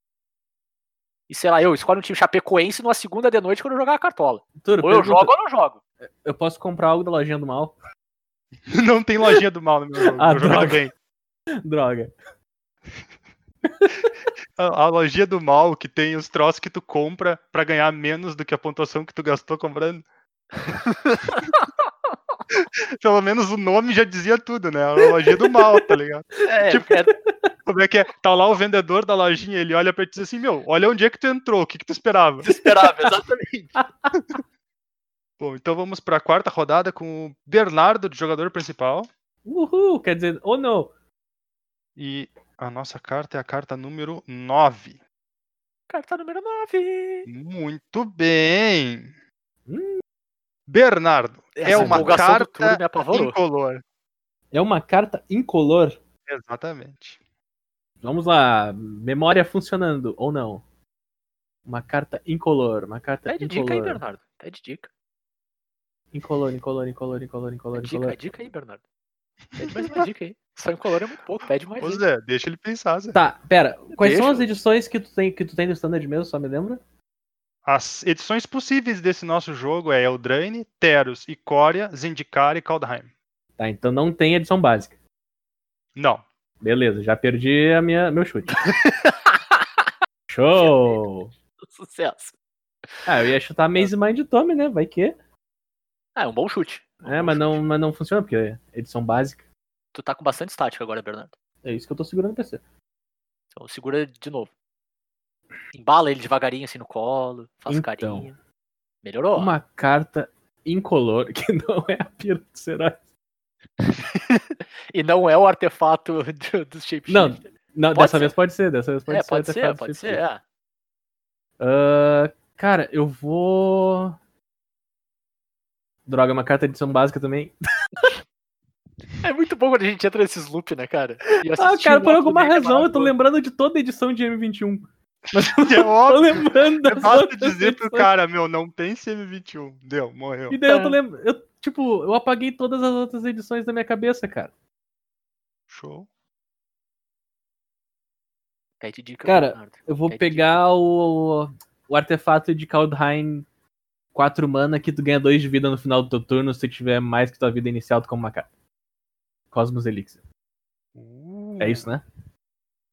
Speaker 3: e sei lá, eu escolho um time chapecoense numa segunda de noite quando eu jogava cartola.
Speaker 5: Turo,
Speaker 3: Ou eu
Speaker 5: pergunta,
Speaker 3: jogo ou não jogo.
Speaker 5: eu posso comprar algo da lojinha do mal?
Speaker 3: Ah.
Speaker 2: Não tem lojinha do mal no meu jogo.
Speaker 5: Ah,
Speaker 2: meu jogo é do
Speaker 5: droga.
Speaker 2: bem.
Speaker 5: Droga.
Speaker 2: A, a lojinha do mal que tem os troços que tu compra pra ganhar menos do que a pontuação que tu gastou comprando. Pelo menos o nome já dizia tudo, né? A lojinha do mal, tá ligado?
Speaker 3: É,
Speaker 2: Tipo-
Speaker 3: é-
Speaker 2: Como é que é? Tá lá o vendedor da lojinha, ele olha pra ti e diz assim, meu, olha onde é que tu entrou, o que, que tu esperava?
Speaker 3: esperava, exatamente.
Speaker 2: Bom, então vamos pra quarta rodada com o Bernardo, de jogador principal.
Speaker 5: Uhul, quer dizer, ou não.
Speaker 2: E a nossa carta é a carta número 9.
Speaker 3: Carta número 9.
Speaker 2: Muito bem!
Speaker 5: Hum.
Speaker 2: Bernardo, é uma
Speaker 3: divulgação do Turo
Speaker 2: carta
Speaker 3: me apavorou.
Speaker 2: incolor.
Speaker 5: É uma carta incolor.
Speaker 2: Exatamente.
Speaker 5: Vamos lá, memória funcionando, ou não. Uma carta incolor, uma carta
Speaker 3: Pede
Speaker 5: incolor.
Speaker 3: dica aí, Bernardo. Pede dica.
Speaker 5: Incolor, incolor, incolor, incolor, incolor,
Speaker 3: Pede dica,
Speaker 5: incolor.
Speaker 3: dica aí, Bernardo. Pede mais uma dica aí. Só em color é muito pouco, pede mais.
Speaker 2: Ô
Speaker 3: dica.
Speaker 2: Zé, é, deixa ele pensar, Zé.
Speaker 5: Tá, pera, quais são
Speaker 3: Deixa.
Speaker 5: as edições que tu tem que tu tem do standard mesmo, só me lembra?
Speaker 2: As edições possíveis desse nosso jogo é Eldraine, Teros, Icória, Zendikar e Kaldheim.
Speaker 5: Tá, então não tem edição básica.
Speaker 2: Não.
Speaker 5: Beleza, já perdi a minha meu chute. Show!
Speaker 3: Sucesso.
Speaker 5: Ah, eu
Speaker 3: Tá.
Speaker 5: ia chutar Maze Mind Tome, né? Vai que.
Speaker 3: Ah, é um bom chute.
Speaker 5: É, mas não, mas não funciona porque é edição básica.
Speaker 3: Tu tá com bastante estática agora, Bernardo.
Speaker 5: É isso que eu tô segurando o PC.
Speaker 3: Então segura de novo. Embala ele devagarinho assim no colo, faz
Speaker 5: Então.
Speaker 3: carinha. Melhorou?
Speaker 5: Uma carta incolor que não é a pira dos heróis.
Speaker 3: E não é o artefato do, do shape
Speaker 5: Não, não
Speaker 3: Pode
Speaker 5: dessa
Speaker 3: ser.
Speaker 5: vez pode ser, dessa vez pode
Speaker 3: é,
Speaker 5: ser. tá
Speaker 3: pode
Speaker 5: até
Speaker 3: ser,
Speaker 5: fato
Speaker 3: pode
Speaker 5: difícil.
Speaker 3: ser. é.
Speaker 5: Ah, cara, eu vou. Droga, é uma carta de edição básica também.
Speaker 3: É. muito bom quando a gente entra nesses loops, né, cara? E
Speaker 5: Ah,
Speaker 3: assistir
Speaker 5: cara,
Speaker 3: um
Speaker 5: por
Speaker 3: outro
Speaker 5: alguma
Speaker 3: deck é
Speaker 5: razão eu
Speaker 3: maravilhoso.
Speaker 5: tô lembrando de toda a edição de M21. Mas eu
Speaker 2: É
Speaker 5: um. tô
Speaker 2: óbvio.
Speaker 5: lembrando
Speaker 2: É
Speaker 5: das
Speaker 2: fácil
Speaker 5: outras
Speaker 2: dizer pro
Speaker 5: edições.
Speaker 2: cara, meu, não tem CM21. Deu, morreu.
Speaker 5: E daí eu tô
Speaker 3: É.
Speaker 5: lembrando. Eu, tipo, eu apaguei todas as outras edições da minha cabeça, cara.
Speaker 2: Show.
Speaker 3: Pede dica,
Speaker 5: Cara,
Speaker 3: Bernardo.
Speaker 5: Eu vou
Speaker 3: Pede
Speaker 5: pegar o, o artefato de Kaldheim 4 mana que tu ganha 2 de vida no final do teu turno se tu tiver mais que tua vida inicial, tu como uma carta. Cosmos Elixir. É isso, né?
Speaker 3: dica.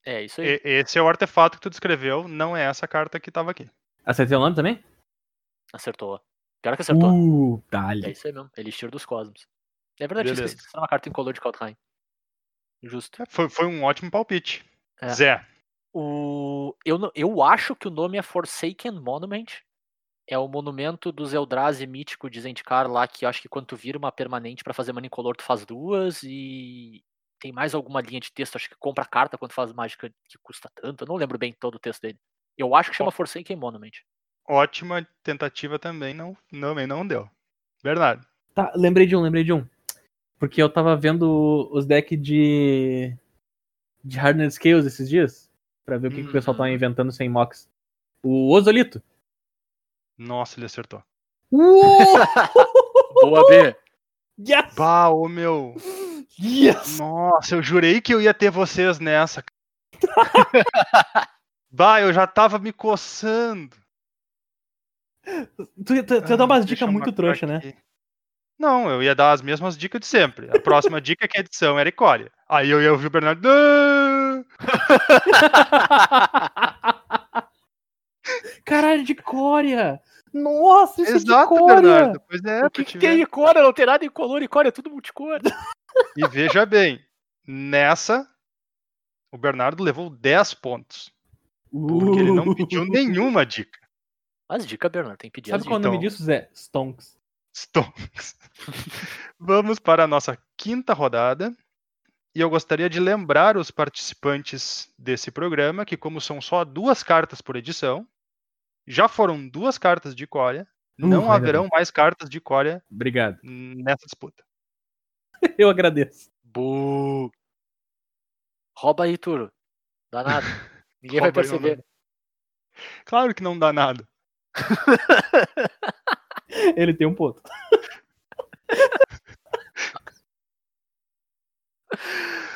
Speaker 3: É, isso aí.
Speaker 2: Uh. E- Esse é o artefato que tu descreveu, não é essa carta que tava aqui.
Speaker 5: Acertei o nome também?
Speaker 3: Acertou. Pior que acertou.
Speaker 5: Uh,
Speaker 3: É
Speaker 5: dale.
Speaker 3: isso aí mesmo. Elixir dos Cosmos. É verdade, eu tinha
Speaker 2: Beleza.
Speaker 3: esquecido de uma carta em color de Kaldheim. Justo.
Speaker 2: É, Foi, foi um ótimo palpite.
Speaker 3: É.
Speaker 2: Zé,
Speaker 3: O... Eu, não- eu acho que o nome é Forsaken Monument. É o monumento do Eldrazi mítico de Zendikar lá, que eu acho que quando tu vira uma permanente pra fazer mana incolor, tu faz duas e tem mais alguma linha de texto, acho que compra carta quando faz mágica que custa tanto. Eu não lembro bem todo o texto dele. Eu acho que chama Forsaken Monument.
Speaker 2: ótima tentativa também, não, não, não deu. Bernardo,
Speaker 5: Tá, lembrei de um, lembrei de um. Porque eu tava vendo os decks de. de Hardened Scales esses dias. Pra ver o que, que o pessoal tá
Speaker 3: Uhum.
Speaker 5: inventando sem mocks. O Ozolito.
Speaker 2: nossa, ele acertou.
Speaker 5: Uou!
Speaker 3: Boa, B!
Speaker 5: yes!
Speaker 2: Bah, ô meu.
Speaker 5: Yes!
Speaker 2: Nossa, eu jurei que eu ia ter vocês nessa. Bah, eu já tava me coçando.
Speaker 5: Tu, tu, tu ia dar
Speaker 2: Ah,
Speaker 5: umas
Speaker 2: deixa
Speaker 5: dicas
Speaker 2: eu
Speaker 5: muito
Speaker 2: marcar
Speaker 5: trouxa, né?
Speaker 2: aqui. Não, eu ia dar as mesmas dicas de sempre. A próxima dica é que a edição era Icória. Aí eu ia ouvir o Bernardo. "Não!"
Speaker 5: Caralho, de cória! Nossa, isso
Speaker 2: Exato,
Speaker 5: é de cória!
Speaker 2: Bernardo. Pois é,
Speaker 3: o
Speaker 2: pra
Speaker 3: que,
Speaker 2: te
Speaker 3: que
Speaker 2: ver.
Speaker 3: tem icona? Não tem nada em color, icona é tudo multicor.
Speaker 2: E veja bem, nessa, o Bernardo levou 10 pontos. Porque ele
Speaker 5: Uh.
Speaker 2: não pediu nenhuma dica.
Speaker 3: Mas dica, Bernardo, tem que pedir
Speaker 5: Sabe
Speaker 3: as
Speaker 5: qual é o
Speaker 2: então.
Speaker 5: nome disso, Zé? Stonks.
Speaker 2: Stonks. Vamos para a nossa quinta rodada. E eu gostaria de lembrar os participantes desse programa que, como são só duas cartas por edição, já foram duas cartas de Coreia.
Speaker 4: Ufa,
Speaker 2: Não
Speaker 4: ainda
Speaker 2: haverão mais cartas de Coreia
Speaker 4: bem. Obrigado.
Speaker 2: nessa disputa.
Speaker 5: Eu agradeço.
Speaker 2: Uh.
Speaker 3: Bu. Rouba aí, Turo. Dá nada. Ninguém vai
Speaker 2: Rouba aí,
Speaker 3: perceber.
Speaker 2: Claro que não dá nada.
Speaker 5: Ele tem um ponto.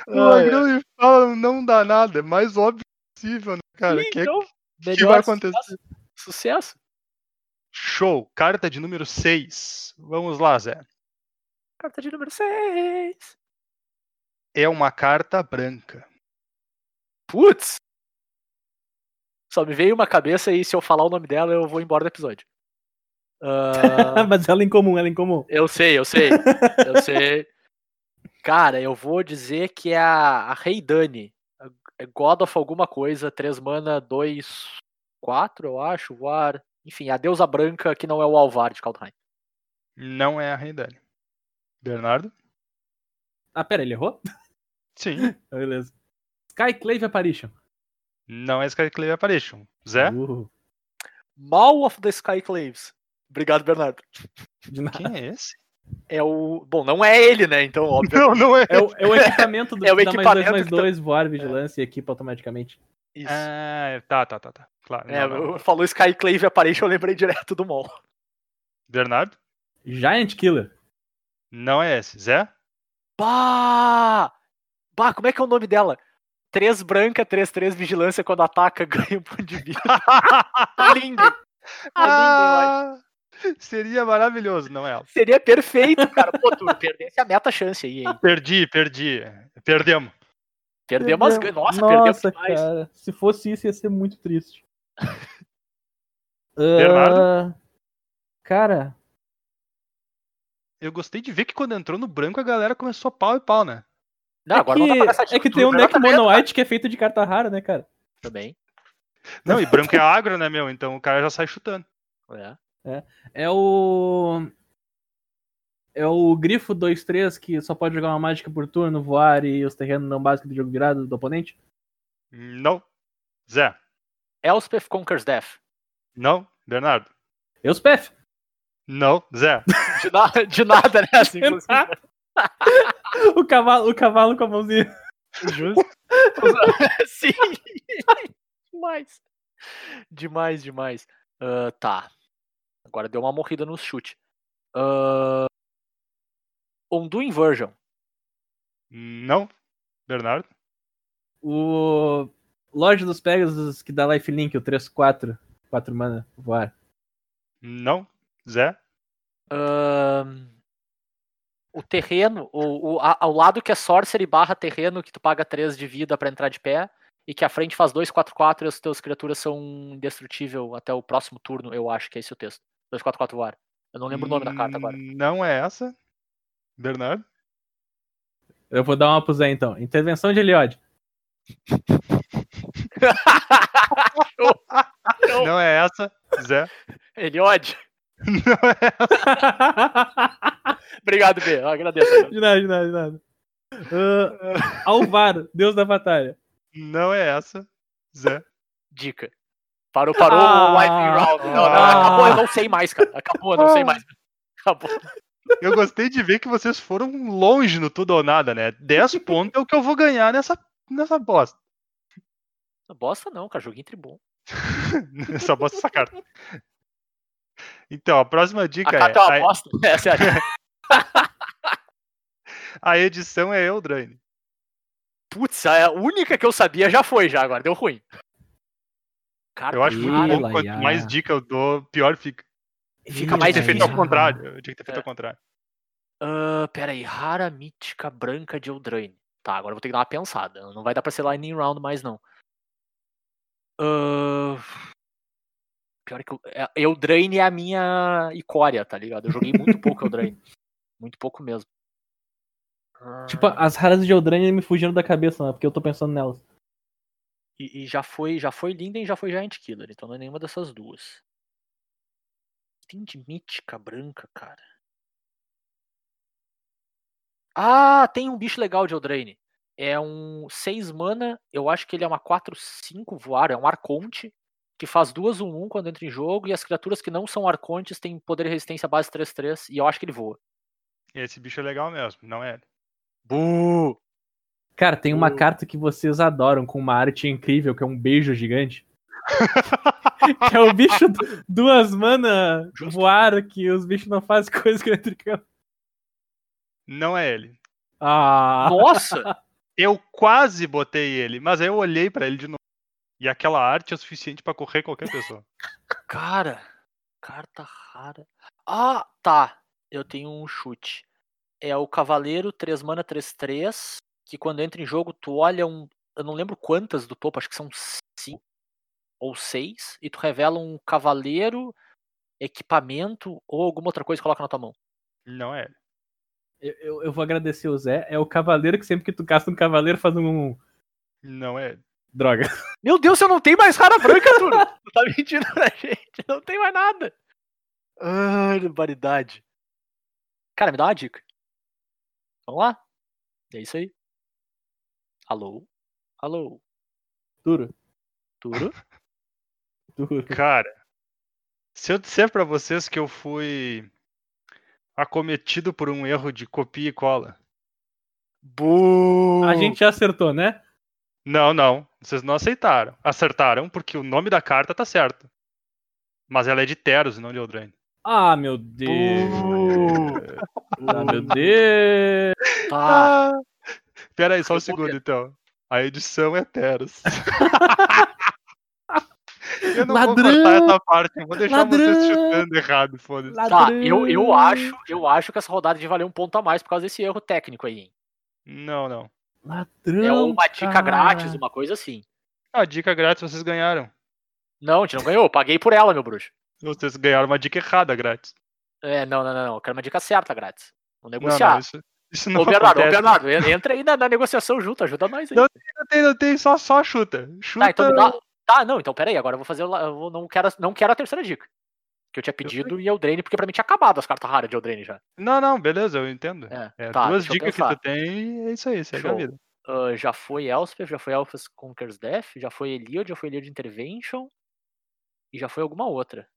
Speaker 2: O Magrão ele fala não dá nada. É mais óbvio possível, né, cara?
Speaker 3: Ih,
Speaker 2: Que é-
Speaker 3: então,
Speaker 2: que
Speaker 3: melhor
Speaker 2: vai acontecer?
Speaker 3: Sucesso. Sucesso.
Speaker 2: Show! Carta de número 6. Vamos lá, Zé.
Speaker 3: Carta tá de número 6.
Speaker 2: É uma carta branca.
Speaker 3: Putz. Só me veio uma cabeça e se eu falar o nome dela, eu vou embora do episódio. Ah,
Speaker 2: Tá.
Speaker 5: Ah, mas ela é incomum, ela é incomum.
Speaker 3: eu sei, eu sei. Eu sei. Cara, eu vou dizer que é a, a Rei Dani. É God of alguma coisa, 3 mana, 2, 4, eu acho, War. Enfim, a deusa branca que não é o Alvar de Kaldheim.
Speaker 2: Não é a Reidane. Bernardo?
Speaker 5: Ah, pera, ele errou?
Speaker 2: Sim.
Speaker 5: Ah, Beleza. Skyclave Apparition.
Speaker 2: Não é Skyclave Apparition. Zé?
Speaker 5: Uh,
Speaker 3: Mal of the Skyclaves. Obrigado, Bernardo.
Speaker 5: de nada.
Speaker 2: Quem é esse?
Speaker 3: É o. Bom, não é ele, né? Então, óbvio.
Speaker 2: Não, não é.
Speaker 5: É o, é o equipamento do
Speaker 3: É o
Speaker 5: dá
Speaker 3: equipamento
Speaker 5: mais
Speaker 3: que
Speaker 5: 2, mais
Speaker 3: tá-
Speaker 5: 2, voar, vigilância e equipa automaticamente.
Speaker 3: Isso.
Speaker 2: Ah, tá, tá, tá, tá. Claro.
Speaker 3: É,
Speaker 2: não, não.
Speaker 3: eu- Falou Skyclave Apparition, eu lembrei direto do Mol.
Speaker 2: Bernardo?
Speaker 5: Giant Killer.
Speaker 2: Não é esse. Zé?
Speaker 3: Bah! Bah, como é que é o nome dela? 3 branca, 3, 3 vigilância, quando ataca, ganha um ponto de vida. Tá Lindo! Lindo, eu acho.
Speaker 2: Ah, seria maravilhoso, não é? ela.
Speaker 3: Seria perfeito, cara. Pô, tu perdesse a meta chance aí, hein?
Speaker 2: Perdi, perdi. Perdemos.
Speaker 3: Perdeu umas ganhas. Nossa, perdeu demais.
Speaker 5: cara. Se fosse isso, ia ser muito triste.
Speaker 2: Bernardo?
Speaker 5: Ah, cara,
Speaker 2: Eu gostei de ver que quando entrou no branco a galera começou pau e pau, né?
Speaker 3: Não,
Speaker 5: é
Speaker 3: agora
Speaker 5: que,
Speaker 3: não dá pra passar de
Speaker 5: é que
Speaker 3: tudo,
Speaker 5: tem um
Speaker 3: né?
Speaker 5: deck Mono White que é feito de carta rara, né, cara?
Speaker 3: Também.
Speaker 2: Não, e branco é agro, né, meu? Então o cara já sai chutando.
Speaker 3: É.
Speaker 5: É o. É o Grifo 2-3 que só pode jogar uma mágica por turno, voar e os terrenos não básicos do jogo virado do oponente.
Speaker 2: Não. Zé?
Speaker 3: Elspeth Conquers Death.
Speaker 2: Não. Bernardo?
Speaker 5: Eu os PF.
Speaker 2: Não. Zé?
Speaker 3: De, na- de nada, né? Assim, como se-
Speaker 5: o, cavalo, o cavalo com a mãozinha.
Speaker 3: Sim! demais. Demais, demais. Ah, tá. Agora deu uma morrida no chute. Ah, Undo Inversion.
Speaker 2: Não. Bernardo?
Speaker 5: O. Lorde dos Pegasus que dá lifelink, o 3-4. 4 mana, voar.
Speaker 2: Não. Zé?
Speaker 3: Ahn, Ah, o terreno, o, o- a- ao lado que é sorcery barra terreno, que tu paga 3 de vida pra entrar de pé, e que a frente faz 2, 4, 4 e as tuas criaturas são indestrutível até o próximo turno, eu acho que é esse o texto. 2, 4, 4 var. Eu não lembro o nome da carta agora.
Speaker 2: Não é essa. Bernardo?
Speaker 5: Eu vou dar uma pro Zé então. Intervenção de Eliod.
Speaker 3: Não.
Speaker 2: Não é essa. Zé?
Speaker 3: Eliod,
Speaker 2: Não é
Speaker 3: obrigado, B. Eu agradeço. Eliod.
Speaker 5: de nada, de nada, de nada. Ah, Alvar, Deus da Batalha.
Speaker 2: Não é essa. Zé.
Speaker 3: Dica. Parou, parou o lightning
Speaker 5: Ah.
Speaker 3: round. Não, não, acabou, eu não sei mais, cara. Acabou, eu não sei mais. Acabou.
Speaker 2: Eu gostei de ver que vocês foram longe no tudo ou nada, né? 10 pontos é o que eu vou ganhar nessa, nessa bosta.
Speaker 3: Bosta não, cara. Joguinho tribom.
Speaker 2: Nessa bosta, essa carta. Então, a próxima
Speaker 3: A
Speaker 2: dica
Speaker 3: carta é uma
Speaker 2: é.
Speaker 3: bosta. É sério.
Speaker 2: A, a edição é Eldraine.
Speaker 3: Putz, a única que eu sabia já foi já agora, deu ruim. Cara,
Speaker 2: Eu acho muito
Speaker 3: cara,
Speaker 5: Ai,
Speaker 2: louco. Quanto
Speaker 5: ai,
Speaker 2: mais
Speaker 5: ai.
Speaker 2: dica eu dou, pior fica.
Speaker 3: fica
Speaker 5: Ih, é
Speaker 2: Tinha
Speaker 3: mais
Speaker 2: que ter feito
Speaker 3: difícil.
Speaker 2: ao contrário. Eu tinha que ter feito
Speaker 3: É.
Speaker 2: ao contrário.
Speaker 3: Ah, pera aí, rara mítica branca de Eldraine. Tá, agora eu vou ter que dar uma pensada. Não vai dar pra ser Lightning Round mais, não. Ah, Pior que eu... é, Eldraine é a minha Icória, tá ligado? Eu joguei muito pouco Eldraine. Muito pouco mesmo. Ah,
Speaker 5: Tipo, as raras de Eldraine me fugiram da cabeça, né? Porque eu tô pensando nelas.
Speaker 3: E, e já foi já foi Linden e já foi Giant Killer, então não é nenhuma dessas duas. Tem de mítica branca, cara. Ah, tem um bicho legal de Eldraine. É um 6 mana, eu acho que ele é uma 4-5 voar, é um arconte, que faz duas 1 1 quando entra em jogo, e as criaturas que não são arcontes têm poder e resistência base 3-3, e eu acho que ele voa.
Speaker 2: E esse bicho é legal mesmo, não é?
Speaker 3: Bu!
Speaker 5: Cara, tem uma
Speaker 3: O-
Speaker 5: carta que vocês adoram, com uma arte incrível, que é um beijo gigante. que é o bicho du- duas mana
Speaker 3: Justo.
Speaker 5: voar que os bichos não fazem coisa que eu entro em campo.
Speaker 2: Não é ele.
Speaker 5: Ah,
Speaker 3: Nossa!
Speaker 2: Eu quase botei ele, mas aí eu olhei pra ele de novo. E aquela arte é o suficiente pra correr qualquer pessoa.
Speaker 3: Cara, carta rara. Ah, tá. Eu tenho um chute. É o Cavaleiro 3 mana 3-3, que quando entra em jogo, tu olha um. Eu não lembro quantas do topo, acho que são 5 ou 6, e tu revela um cavaleiro, equipamento ou alguma outra coisa e coloca na tua mão.
Speaker 2: Não é ele.
Speaker 5: eu, eu- eu vou agradecer o Zé. É o cavaleiro que sempre que tu gasta um cavaleiro faz um.
Speaker 2: Não é ele.
Speaker 5: Droga.
Speaker 3: Meu Deus, eu não tenho mais rara branca, Arthur! tu tá mentindo pra gente, não tem mais nada. Ah, barbaridade. Cara, me dá uma dica. Vamos lá? É isso aí. Alô? Alô?
Speaker 5: Duro,
Speaker 3: Tudo?
Speaker 5: duro.
Speaker 2: Cara, se eu disser pra vocês que eu fui acometido por um erro de copia e cola.
Speaker 5: A gente já acertou, né?
Speaker 2: Não, não. Vocês não aceitaram. Acertaram porque o nome da carta tá certo. Mas ela é de Teros e não de Eldraine.
Speaker 5: Ah, meu Deus. ah, meu Deus.
Speaker 3: Tá.
Speaker 2: Pera aí, só um
Speaker 3: Eu vou
Speaker 2: segundo então. A edição é Teros. eu não vou
Speaker 5: Ladrão!
Speaker 2: cortar essa parte, eu vou deixar vocês
Speaker 5: Ladrão!
Speaker 2: chutando errado, foda-se.
Speaker 3: Tá, eu, eu acho, eu acho que essa rodada de valer um ponto a mais por causa desse erro técnico aí. hein?
Speaker 2: Não, não.
Speaker 5: Ladrão,
Speaker 3: É uma dica
Speaker 5: cara.
Speaker 3: grátis, uma coisa assim.
Speaker 2: A Ah, dica grátis vocês ganharam.
Speaker 3: Não, a gente não ganhou, eu paguei por ela, meu bruxo.
Speaker 2: Vocês ganharam uma dica errada grátis.
Speaker 3: É, não, não, não, não. Eu quero uma dica certa grátis. Vou
Speaker 2: Não,
Speaker 3: negociar.
Speaker 2: não, isso, isso não
Speaker 3: Ô, Bernardo, ô,
Speaker 2: acontece.
Speaker 3: Bernardo, en- entra aí na, na negociação junto, ajuda nós aí.
Speaker 2: Não, Não tem, não tem, só, só chuta. Chuta.
Speaker 3: tá, então me dá... tá, não, então peraí, agora eu vou fazer. o la- Eu vou- não, quero, a- não quero a terceira dica. Que eu tinha pedido e Eldraine, porque pra mim tinha acabado as cartas raras de Eldraine já.
Speaker 2: Não, não, beleza, eu entendo.
Speaker 3: É,
Speaker 2: É,
Speaker 3: tá,
Speaker 2: duas
Speaker 3: deixa eu
Speaker 2: dicas que
Speaker 3: pensar.
Speaker 2: tu tem e é isso aí, segue a
Speaker 3: Show.
Speaker 2: vida.
Speaker 3: Ah, já foi Elspeth, já foi Elphas Conquer's Death, já foi Eliod, já foi Eliod Intervention. E já foi alguma outra.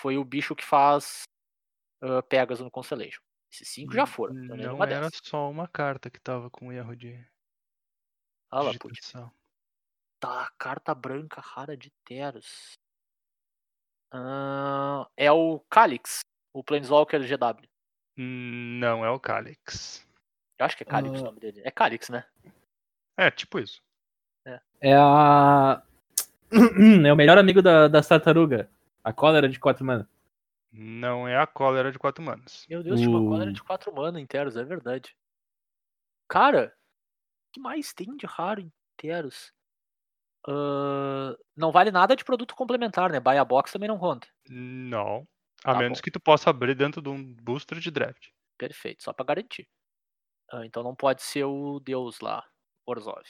Speaker 3: Foi o bicho que faz ah, Pegasus no Constellation. Esses cinco já foram. Não, é
Speaker 2: Hum, Não
Speaker 3: nenhuma
Speaker 2: era
Speaker 3: dessas.
Speaker 2: só uma carta que tava com erro de
Speaker 3: Ah, lá, putz.
Speaker 2: digitação.
Speaker 3: Tá, carta branca rara de Teros. Ah, é o Calix, o Planeswalker GW.
Speaker 2: Não é o Calix.
Speaker 3: Eu acho que é Calix
Speaker 5: Ah.
Speaker 3: o nome dele. É Calix, né?
Speaker 2: É, tipo isso.
Speaker 5: É a. É o melhor amigo da, das tartaruga. A cólera de quatro mana.
Speaker 2: Não é a cólera de quatro manos.
Speaker 3: Meu Deus, tipo, a quadra
Speaker 5: O-
Speaker 3: de 4 mana em Teros, é verdade. Cara, o que mais tem de raro em Teros? Ah, não vale nada de produto complementar, né? Buy a box também não conta.
Speaker 2: Não. A
Speaker 3: Tá
Speaker 2: menos
Speaker 3: bom.
Speaker 2: que tu possa abrir dentro de um booster de draft.
Speaker 3: Perfeito, só pra garantir. Ah, então não pode ser o deus lá, Orzhov.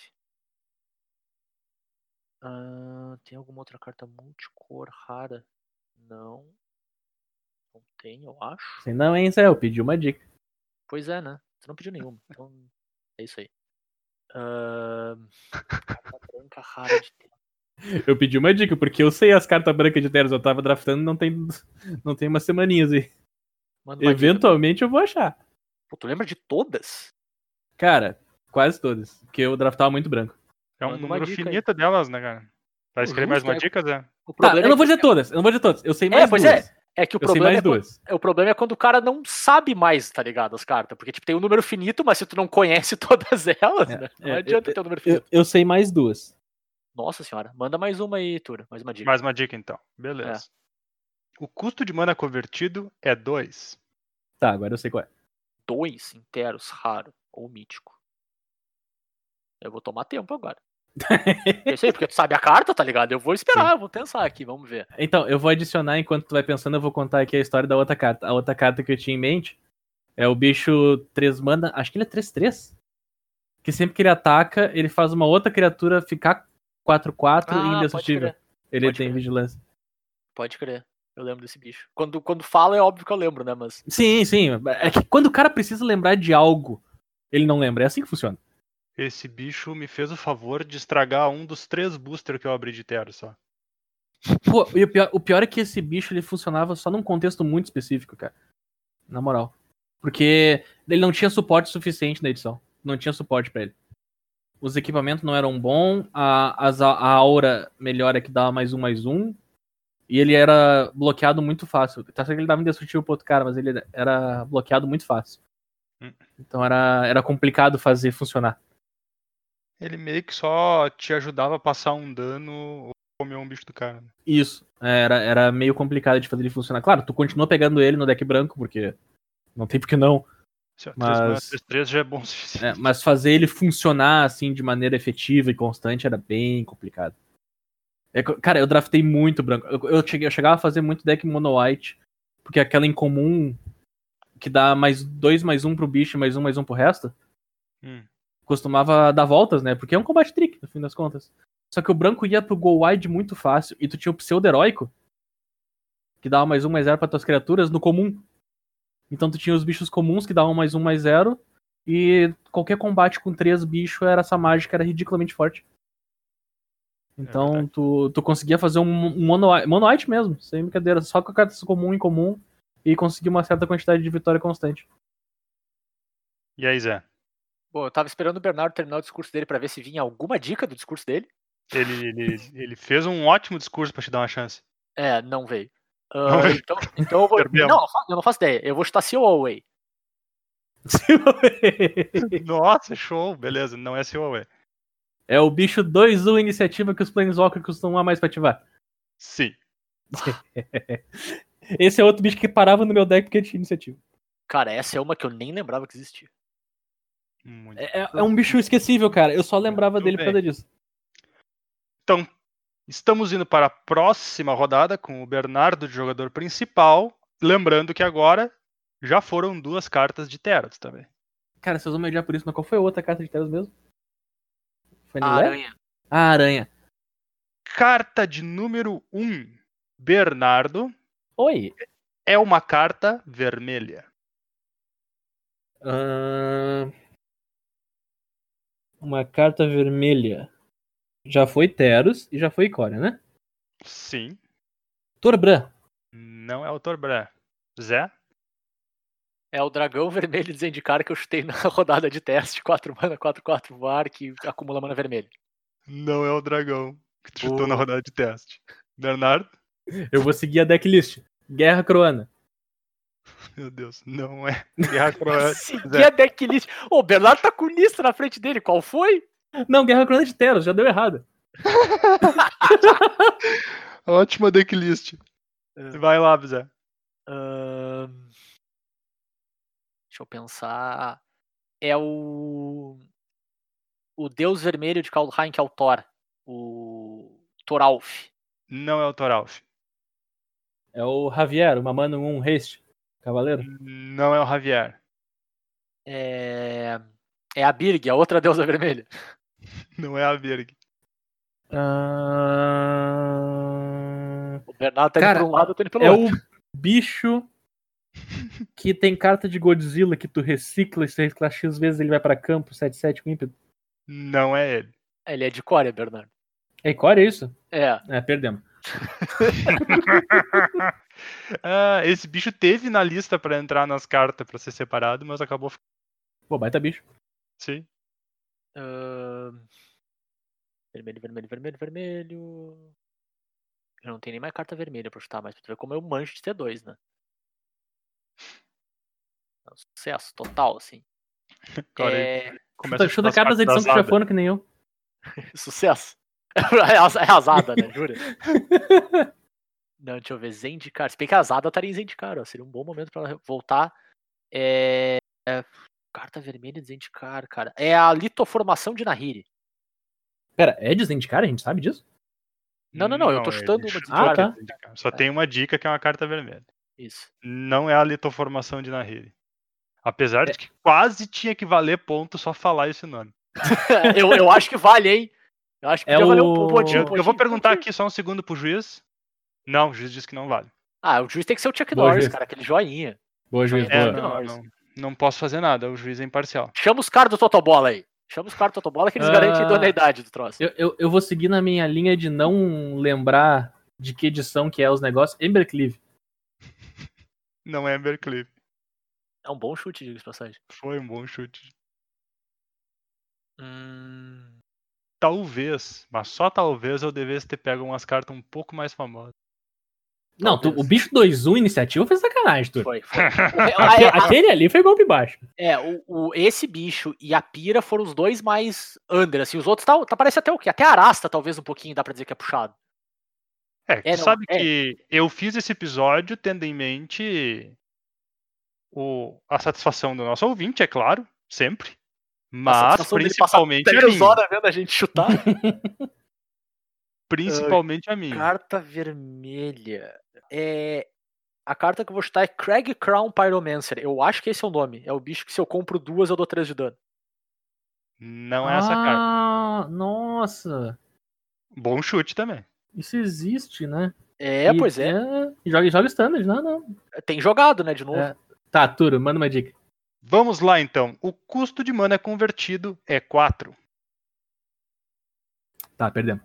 Speaker 3: Ah, tem alguma outra carta multicor rara? Não. Não tem, eu acho.
Speaker 5: Se não, hein, Zé? Eu pedi uma dica.
Speaker 3: Pois é, né? Você não pediu nenhuma. Então, é isso aí. Ahn, carta branca rara de tempo.
Speaker 5: Eu pedi uma dica, porque eu sei as cartas brancas de Teros. Eu tava draftando, não tem, não tem umas semaninhas aí.
Speaker 3: Manda uma dica.
Speaker 5: Eventualmente eu vou achar.
Speaker 3: Pô, tu lembra de todas?
Speaker 5: Cara, quase todas. Porque eu draftava muito branco.
Speaker 2: É um
Speaker 3: Manda uma
Speaker 2: número
Speaker 3: dica aí.
Speaker 2: finito delas, né, cara? Vai escrever mais
Speaker 3: justo,
Speaker 2: uma
Speaker 3: é.
Speaker 2: dica, Zé?
Speaker 3: O
Speaker 5: Tá,
Speaker 3: problema
Speaker 5: eu não vou
Speaker 3: é,
Speaker 5: dizer todas. Eu não vou dizer todas. Eu sei mais
Speaker 3: pois
Speaker 5: duas.
Speaker 3: que, é que o
Speaker 5: Eu sei
Speaker 3: problema
Speaker 5: mais
Speaker 3: é, quando,
Speaker 5: duas.
Speaker 3: é o problema é quando o cara não sabe mais, tá ligado, as cartas. Porque, tipo, tem um número finito, mas se tu não conhece todas elas,
Speaker 5: É,
Speaker 3: né?
Speaker 5: é,
Speaker 3: Não adianta
Speaker 5: eu-
Speaker 3: ter um número
Speaker 5: Eu,
Speaker 3: finito.
Speaker 5: eu sei mais duas.
Speaker 3: Nossa senhora, manda mais uma aí, Tura. Mais uma dica. É.
Speaker 2: Mais uma dica então. Beleza. O custo de mana convertido é 2.
Speaker 5: Tá, agora eu sei qual é.
Speaker 3: Dois inteiros raro ou mítico. Eu vou tomar tempo agora. Eu sei, porque tu sabe a carta, tá ligado? Eu vou esperar, eu vou pensar aqui, vamos ver.
Speaker 5: Então, eu vou adicionar enquanto tu vai pensando, eu vou contar aqui a história da outra carta. A outra carta que eu tinha em mente é o bicho 3 mana, acho que ele é 3-3. Que sempre que ele ataca, ele faz uma outra criatura ficar 4-4 e
Speaker 3: Ah,
Speaker 5: indestrutível.
Speaker 3: Pode crer,
Speaker 5: Ele
Speaker 3: pode
Speaker 5: tem
Speaker 3: crer.
Speaker 5: vigilância.
Speaker 3: pode crer. Eu lembro desse bicho. Quando, quando fala, é óbvio que eu lembro, né? Mas.
Speaker 5: Sim, sim. É que quando o cara precisa lembrar de algo, ele não lembra. É assim que funciona.
Speaker 2: Esse bicho me fez o favor de estragar um dos três boosters que eu abri de terra só.
Speaker 5: Pô, e o pior, o pior é que esse bicho ele funcionava só num contexto muito específico, cara. Na moral. Porque ele não tinha suporte suficiente na edição. Não tinha suporte pra ele. Os equipamentos não eram bons, a, as- a aura melhor é que dava mais um, mais um. E ele era bloqueado muito fácil. Tá certo que ele dava indestrutível pro outro cara, mas ele era bloqueado muito fácil.
Speaker 2: Hum.
Speaker 5: Então era, era complicado fazer funcionar.
Speaker 2: Ele meio que só te ajudava a passar um dano ou comer um bicho do cara. né?
Speaker 5: Isso. Era, era meio complicado de fazer ele funcionar. Claro, tu continua pegando ele no deck branco, porque não tem por que não.
Speaker 2: Se é três mana,
Speaker 5: Mas-
Speaker 2: três, três já é bom o suficiente.
Speaker 5: É, mas fazer ele funcionar assim de maneira efetiva e constante era bem complicado. É co- cara, eu draftei muito branco. Eu, eu cheguei, eu chegava a fazer muito deck mono white, porque é aquela incomum que dá mais dois mais um pro bicho, e mais um mais um pro resto,
Speaker 2: Hum.
Speaker 5: costumava dar voltas, né? Porque é um combate trick, no fim das contas. Só que o branco ia pro go wide muito fácil e tu tinha o pseudo heróico que dava mais um mais zero para tuas criaturas no comum. Então tu tinha os bichos comuns que davam mais um mais zero e qualquer combate com três bichos era essa mágica, era ridiculamente forte. Então
Speaker 2: verdade.
Speaker 5: tu, tu conseguia fazer um mono, monoite mesmo, sem brincadeira, só com a carta comum em comum e conseguir uma certa quantidade de vitória constante.
Speaker 2: E aí, Zé?
Speaker 3: Bom, eu tava esperando o Bernardo terminar o discurso dele pra ver se vinha alguma dica do discurso dele.
Speaker 2: Ele, ele, ele fez um ótimo discurso pra te dar uma chance.
Speaker 3: É, não veio. Ah,
Speaker 2: Não veio.
Speaker 3: então, então eu vou.
Speaker 2: Perdemos.
Speaker 3: Não, eu não faço ideia. Eu vou chutar Seal Away.
Speaker 2: Nossa, show! Beleza, não é seu, ué.
Speaker 5: é o bicho 2-1 iniciativa que os Planeswalker costumam mais pra ativar.
Speaker 2: Sim.
Speaker 6: Esse é outro bicho que parava no meu deck porque tinha iniciativa.
Speaker 3: Cara, essa é uma que eu nem lembrava que existia.
Speaker 2: Muito.
Speaker 6: É, é- é um bicho esquecível, cara. Eu só lembrava
Speaker 2: Tudo
Speaker 6: dele por
Speaker 2: bem.
Speaker 6: causa disso.
Speaker 2: Então, Estamos indo para a próxima rodada com o Bernardo de jogador principal. Lembrando que agora já foram duas cartas de Terats também.
Speaker 5: Cara, vocês vão me odiar por isso, mas qual foi a outra carta de telas mesmo? Foi
Speaker 3: A
Speaker 5: no Lé?
Speaker 3: aranha.
Speaker 6: Ah,
Speaker 5: A Ah, aranha.
Speaker 2: Carta de número 1, um, Bernardo,
Speaker 6: Oi.
Speaker 2: é uma carta vermelha.
Speaker 6: Ahn, Uma carta vermelha. Já foi Teros e já foi Icória, né?
Speaker 2: Sim,
Speaker 6: Torbran.
Speaker 2: não é o Torbran. Zé?
Speaker 3: É o dragão vermelho de Zendikar que eu chutei na rodada de teste. 4 mana, 4, 4 var, que acumula mana vermelha.
Speaker 2: Não é o dragão que tu chutou na rodada de teste. Bernardo?
Speaker 5: Eu vou seguir a decklist. Guerra Croana.
Speaker 2: Meu Deus, não é. Guerra Croata.
Speaker 3: Segui a decklist. é Ô, o Bernardo tá com o Nistro na frente dele. Qual foi?
Speaker 5: Não, Guerra Croana é de Teros, já deu errado.
Speaker 2: Ótima decklist. Vai lá, Zé.
Speaker 3: Ahn, Deixa eu pensar. É o. O deus vermelho de Kaldheim, que é o Thor. O Thoralf.
Speaker 2: Não é o Toralf.
Speaker 5: É o Javier, uma mano, um haste. Cavaleiro?
Speaker 2: Não é o Javier.
Speaker 3: É. É a Birg, a outra deusa vermelha.
Speaker 2: Não é a Virg.
Speaker 5: Ah,
Speaker 3: O Bernardo tá
Speaker 5: Cara,
Speaker 3: indo pra um lado, eu tô indo pelo
Speaker 5: É
Speaker 3: outro.
Speaker 5: o bicho que tem carta de Godzilla que tu recicla e se reciclar X vezes ele vai pra campo, 7-7 com ímpeto.
Speaker 2: Não é ele.
Speaker 3: Ele é de Coreia, Bernardo.
Speaker 5: É Core, é isso?
Speaker 3: É.
Speaker 5: É, perdemos.
Speaker 2: Ah, esse bicho teve na lista pra entrar nas cartas pra ser separado, mas acabou ficando. assim.
Speaker 5: Pô, baita bicho.
Speaker 2: Sim.
Speaker 3: ahn, Vermelho, vermelho, vermelho, vermelho. Eu não tenho nem mais carta vermelha pra chutar, mas pra tu ver como eu manjo de T2, né? É um sucesso total, assim.
Speaker 2: Agora ele
Speaker 3: É,
Speaker 2: começa
Speaker 5: Chuta,
Speaker 2: a
Speaker 5: chuta
Speaker 2: chutar as
Speaker 5: cartas da edição que já
Speaker 2: atrasadas.
Speaker 5: foram que nem eu.
Speaker 3: sucesso. É as- é azada, né? Jura? Não, deixa eu ver. Zendikar. Se bem que a azada estaria em Zendikar, ó. Seria um bom momento pra ela voltar. É... é, Carta vermelha de Zendikar, cara. É a litoformação de Nahiri.
Speaker 5: Pera, é de Zendikar? A gente sabe disso?
Speaker 3: Não, não, não, eu tô chutando
Speaker 2: ele
Speaker 3: uma de
Speaker 2: chuta
Speaker 5: cara.
Speaker 2: de cara. Só tem uma dica que é uma carta vermelha.
Speaker 3: Isso.
Speaker 2: Não é a litoformação de Nahiri. Apesar
Speaker 3: É.
Speaker 2: de que quase tinha que valer ponto só falar esse nome.
Speaker 3: eu, eu acho que vale, hein? Eu acho que
Speaker 5: É
Speaker 3: podia valer um
Speaker 5: o-
Speaker 2: Eu,
Speaker 3: pontinho, um
Speaker 2: eu vou
Speaker 3: pontinho,
Speaker 2: perguntar
Speaker 3: pontinho.
Speaker 2: aqui só um segundo pro juiz. Não, o juiz disse que não vale.
Speaker 3: Ah, o juiz tem que ser o Chuck
Speaker 5: Boa,
Speaker 3: Norris,
Speaker 5: juiz.
Speaker 3: cara, aquele joinha.
Speaker 5: Boa, juiz,
Speaker 3: É,
Speaker 2: É,
Speaker 5: boa.
Speaker 3: não,
Speaker 2: não,
Speaker 3: não.
Speaker 2: não, não posso fazer nada, o juiz é imparcial.
Speaker 3: Chama os caras do Totobola aí. Chama os caras do Totobola que eles
Speaker 5: Ah.
Speaker 3: garantem a idoneidade do troço.
Speaker 5: Eu, eu, eu vou seguir na minha linha de não lembrar de que edição que é os negócios. Embercleave.
Speaker 2: Não é Berkeley.
Speaker 3: É um bom chute, diga-se de passagem.
Speaker 2: Foi um bom chute.
Speaker 3: Hum...
Speaker 2: Talvez, mas só talvez eu devesse ter pego umas cartas um pouco mais famosas.
Speaker 5: Não, tu- o bicho 2-1 iniciativa foi sacanagem, tu.
Speaker 3: Foi, É, foi.
Speaker 5: Aque-
Speaker 2: É.
Speaker 3: A- a-
Speaker 5: Aquele ali foi golpe baixo.
Speaker 3: É, o, o- esse bicho e a pira foram os dois mais under, assim. Os outros tá, tá- parece até o quê? Até a arasta, talvez, um pouquinho, dá pra dizer que é puxado.
Speaker 2: É, tu
Speaker 3: É, não,
Speaker 2: sabe
Speaker 3: é.
Speaker 2: que eu fiz esse episódio tendo em mente o, a satisfação do nosso ouvinte, é claro, sempre. Mas
Speaker 3: satisfação dele passar
Speaker 2: principalmente a
Speaker 3: Três
Speaker 2: minha.
Speaker 3: horas vendo a gente chutar.
Speaker 2: Principalmente a minha.
Speaker 3: carta vermelha. É. A carta que eu vou chutar é Craig Crown Pyromancer. Eu acho que esse é o nome. É o bicho que se eu compro duas, eu dou três de dano.
Speaker 2: Não é essa carta.
Speaker 5: ah, nossa.
Speaker 2: Bom chute também.
Speaker 5: Isso existe, né?
Speaker 3: É,
Speaker 5: E-
Speaker 3: pois é.
Speaker 5: E Joga, joga standard, não, não.
Speaker 3: Tem jogado, né, de novo.
Speaker 5: É. Tá, Turo, manda uma dica.
Speaker 2: Vamos lá então. O custo de mana convertido é 4.
Speaker 5: Tá, perdemos.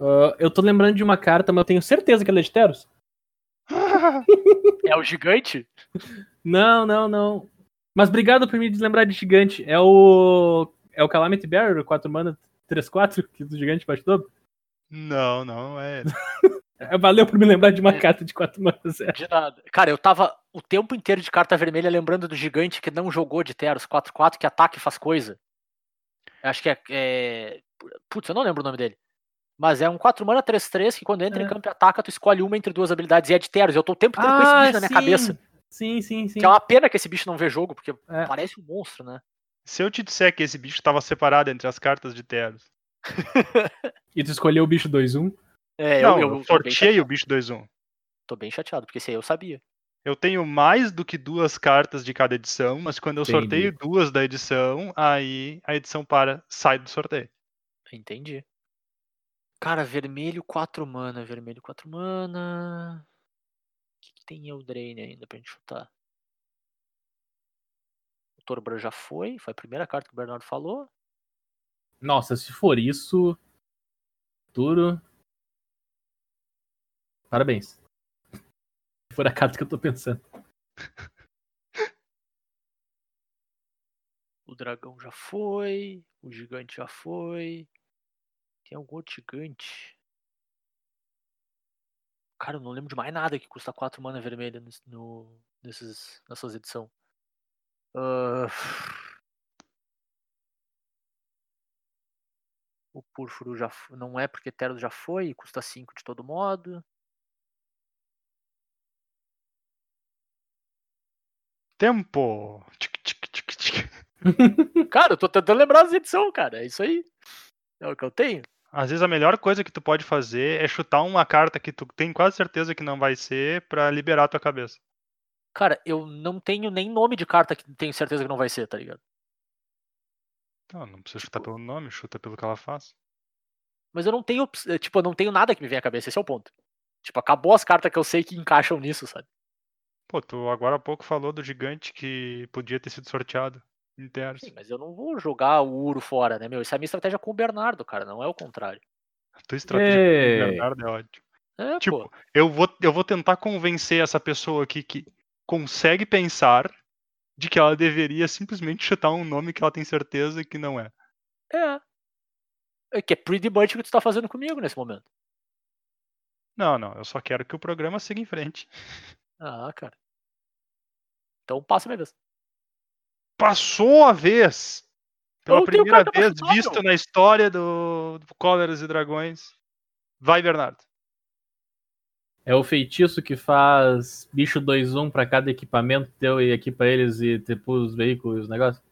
Speaker 5: Ah, eu tô lembrando de uma carta, mas eu tenho certeza que ela é de Teros.
Speaker 3: é o gigante?
Speaker 5: Não, não, não. Mas obrigado por me deslembrar de gigante. É o. É o Calamity Barrier, 4 mana 3-4, que do gigante baixo dobro.
Speaker 2: Não, não é.
Speaker 5: É, Valeu por me lembrar de uma carta de 4 manas. É.
Speaker 3: De nada. Cara, eu tava o tempo inteiro de carta vermelha lembrando do gigante que não jogou de Teros 4-4, que ataca e faz coisa. Eu Acho que é, é- Putz, eu não lembro o nome dele. Mas é um 4 mana 3-3 que quando entra em
Speaker 5: É.
Speaker 3: campo e ataca, tu escolhe uma entre duas habilidades e é de Teros. Eu tô o tempo inteiro com esse bicho na minha cabeça.
Speaker 5: Ah, Sim, sim, sim.
Speaker 3: Que é uma pena que esse bicho não vê jogo, porque
Speaker 5: É.
Speaker 3: parece um monstro, né?
Speaker 2: Se eu te disser que esse bicho estava separado entre as cartas de Teros.
Speaker 5: E tu escolheu o bicho 2-1.
Speaker 3: É,
Speaker 2: não,
Speaker 3: eu,
Speaker 2: eu,
Speaker 3: eu, tô, bem chateado,
Speaker 2: sorteio o bicho 2-1.
Speaker 3: tô bem chateado, porque esse aí eu sabia.
Speaker 2: Eu tenho mais do que duas cartas de cada edição, mas quando eu
Speaker 5: Entendi.
Speaker 2: sorteio duas da edição, aí a edição para, sai do sorteio.
Speaker 3: Entendi. Cara, vermelho 4 mana, vermelho 4 mana. O que, que tem Eldraine ainda pra gente chutar? O Torbran já foi, foi a primeira carta que o Bernardo falou.
Speaker 5: Nossa, se for isso. Turo. Parabéns. Se for a carta que eu tô pensando.
Speaker 3: O dragão já foi, o gigante já foi. Tem algum outro gigante? Cara, eu não lembro de mais nada que custa 4 mana vermelha nes- no, nesses, nessas Ah, edições. O Púrfuro já f- não é porque Teros já foi, e custa 5 de todo modo.
Speaker 2: Tempo! Tic, tic, tic, tic.
Speaker 3: Cara, eu tô tentando lembrar as edições, cara. É isso aí. É o que eu tenho.
Speaker 2: Às vezes a melhor coisa que tu pode fazer é chutar uma carta que tu tem quase certeza que não vai ser pra liberar tua cabeça.
Speaker 3: Cara, eu não tenho nem nome de carta que tenho certeza que não vai ser, tá ligado?
Speaker 2: Não, não precisa chutar pelo nome, chuta pelo que ela faz.
Speaker 3: Mas eu não tenho, ops- eh, tipo, eu não tenho nada que me venha à cabeça, esse é o ponto. Tipo, acabou as cartas que eu sei que encaixam nisso, sabe?
Speaker 2: Pô, tu agora há pouco falou do gigante que podia ter sido sorteado em terras.
Speaker 3: Sim, mas eu não vou jogar o Uro fora, né, meu? Isso é a minha estratégia com o Bernardo, cara, não é o contrário.
Speaker 2: A tua estratégia
Speaker 5: Ei.
Speaker 2: com o Bernardo é ótimo.
Speaker 3: É,
Speaker 2: Tipo,
Speaker 3: pô.
Speaker 2: eu vou, eu vou tentar convencer essa pessoa aqui que consegue pensar de que ela deveria simplesmente chutar um nome que ela tem certeza que não é.
Speaker 3: É. É que é pretty much o que tu tá fazendo comigo nesse momento.
Speaker 2: Não, não, eu só quero que o programa siga em frente.
Speaker 3: Ah, cara. Então passa minha vez.
Speaker 2: passou a vez. Pela
Speaker 3: Ou tem o
Speaker 2: primeira
Speaker 3: cartão
Speaker 2: vez
Speaker 3: amarelo.
Speaker 2: visto na história do, do Cóleras e Dragões. Vai, Bernardo.
Speaker 5: É o feitiço que faz bicho 2-1 pra cada equipamento teu e equipa eles e te pus os veículos e os negócios?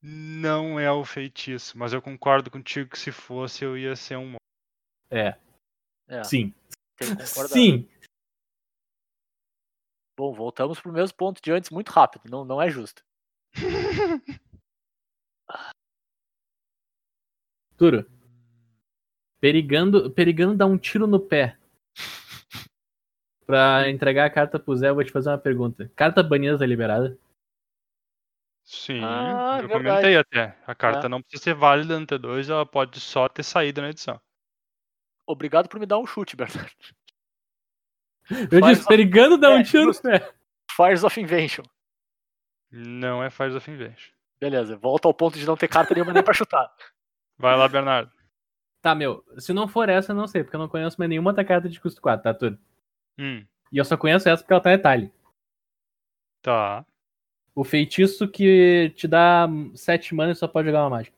Speaker 2: Não é o feitiço, mas eu concordo contigo que se fosse eu ia ser um monstro.
Speaker 5: É,
Speaker 3: É,
Speaker 5: sim.
Speaker 3: tem que concordar.
Speaker 5: Sim.
Speaker 3: Bom, voltamos pro mesmo ponto de antes muito rápido. Não, não é justo.
Speaker 5: Duro. Perigando, perigando dá um tiro no pé. Pra entregar a carta pro Zé, eu vou te fazer uma pergunta. Carta banida tá liberada?
Speaker 2: Sim,
Speaker 3: Ah,
Speaker 2: eu
Speaker 3: verdade. Tá.
Speaker 2: comentei até. A carta não precisa ser válida no T2, ela pode só ter saído na edição.
Speaker 3: Obrigado por me dar um chute, Bernardo.
Speaker 5: Eu
Speaker 3: Faz
Speaker 5: disse,
Speaker 3: a-
Speaker 5: perigando dá
Speaker 3: É,
Speaker 5: um tiro no
Speaker 3: justo.
Speaker 5: pé.
Speaker 3: Fires of Invention.
Speaker 2: Não é Fires of Invasion.
Speaker 3: Beleza, volta ao ponto de não ter carta nenhuma nem pra chutar.
Speaker 2: Vai lá, Bernardo.
Speaker 5: Tá, meu, se não for essa, eu não sei, porque eu não conheço mais nenhuma outra carta de custo 4, tá tudo.
Speaker 2: Hum,
Speaker 5: E eu só conheço essa porque ela tá em detalhe.
Speaker 2: tá.
Speaker 5: O feitiço que te dá 7 mana e só pode jogar uma mágica.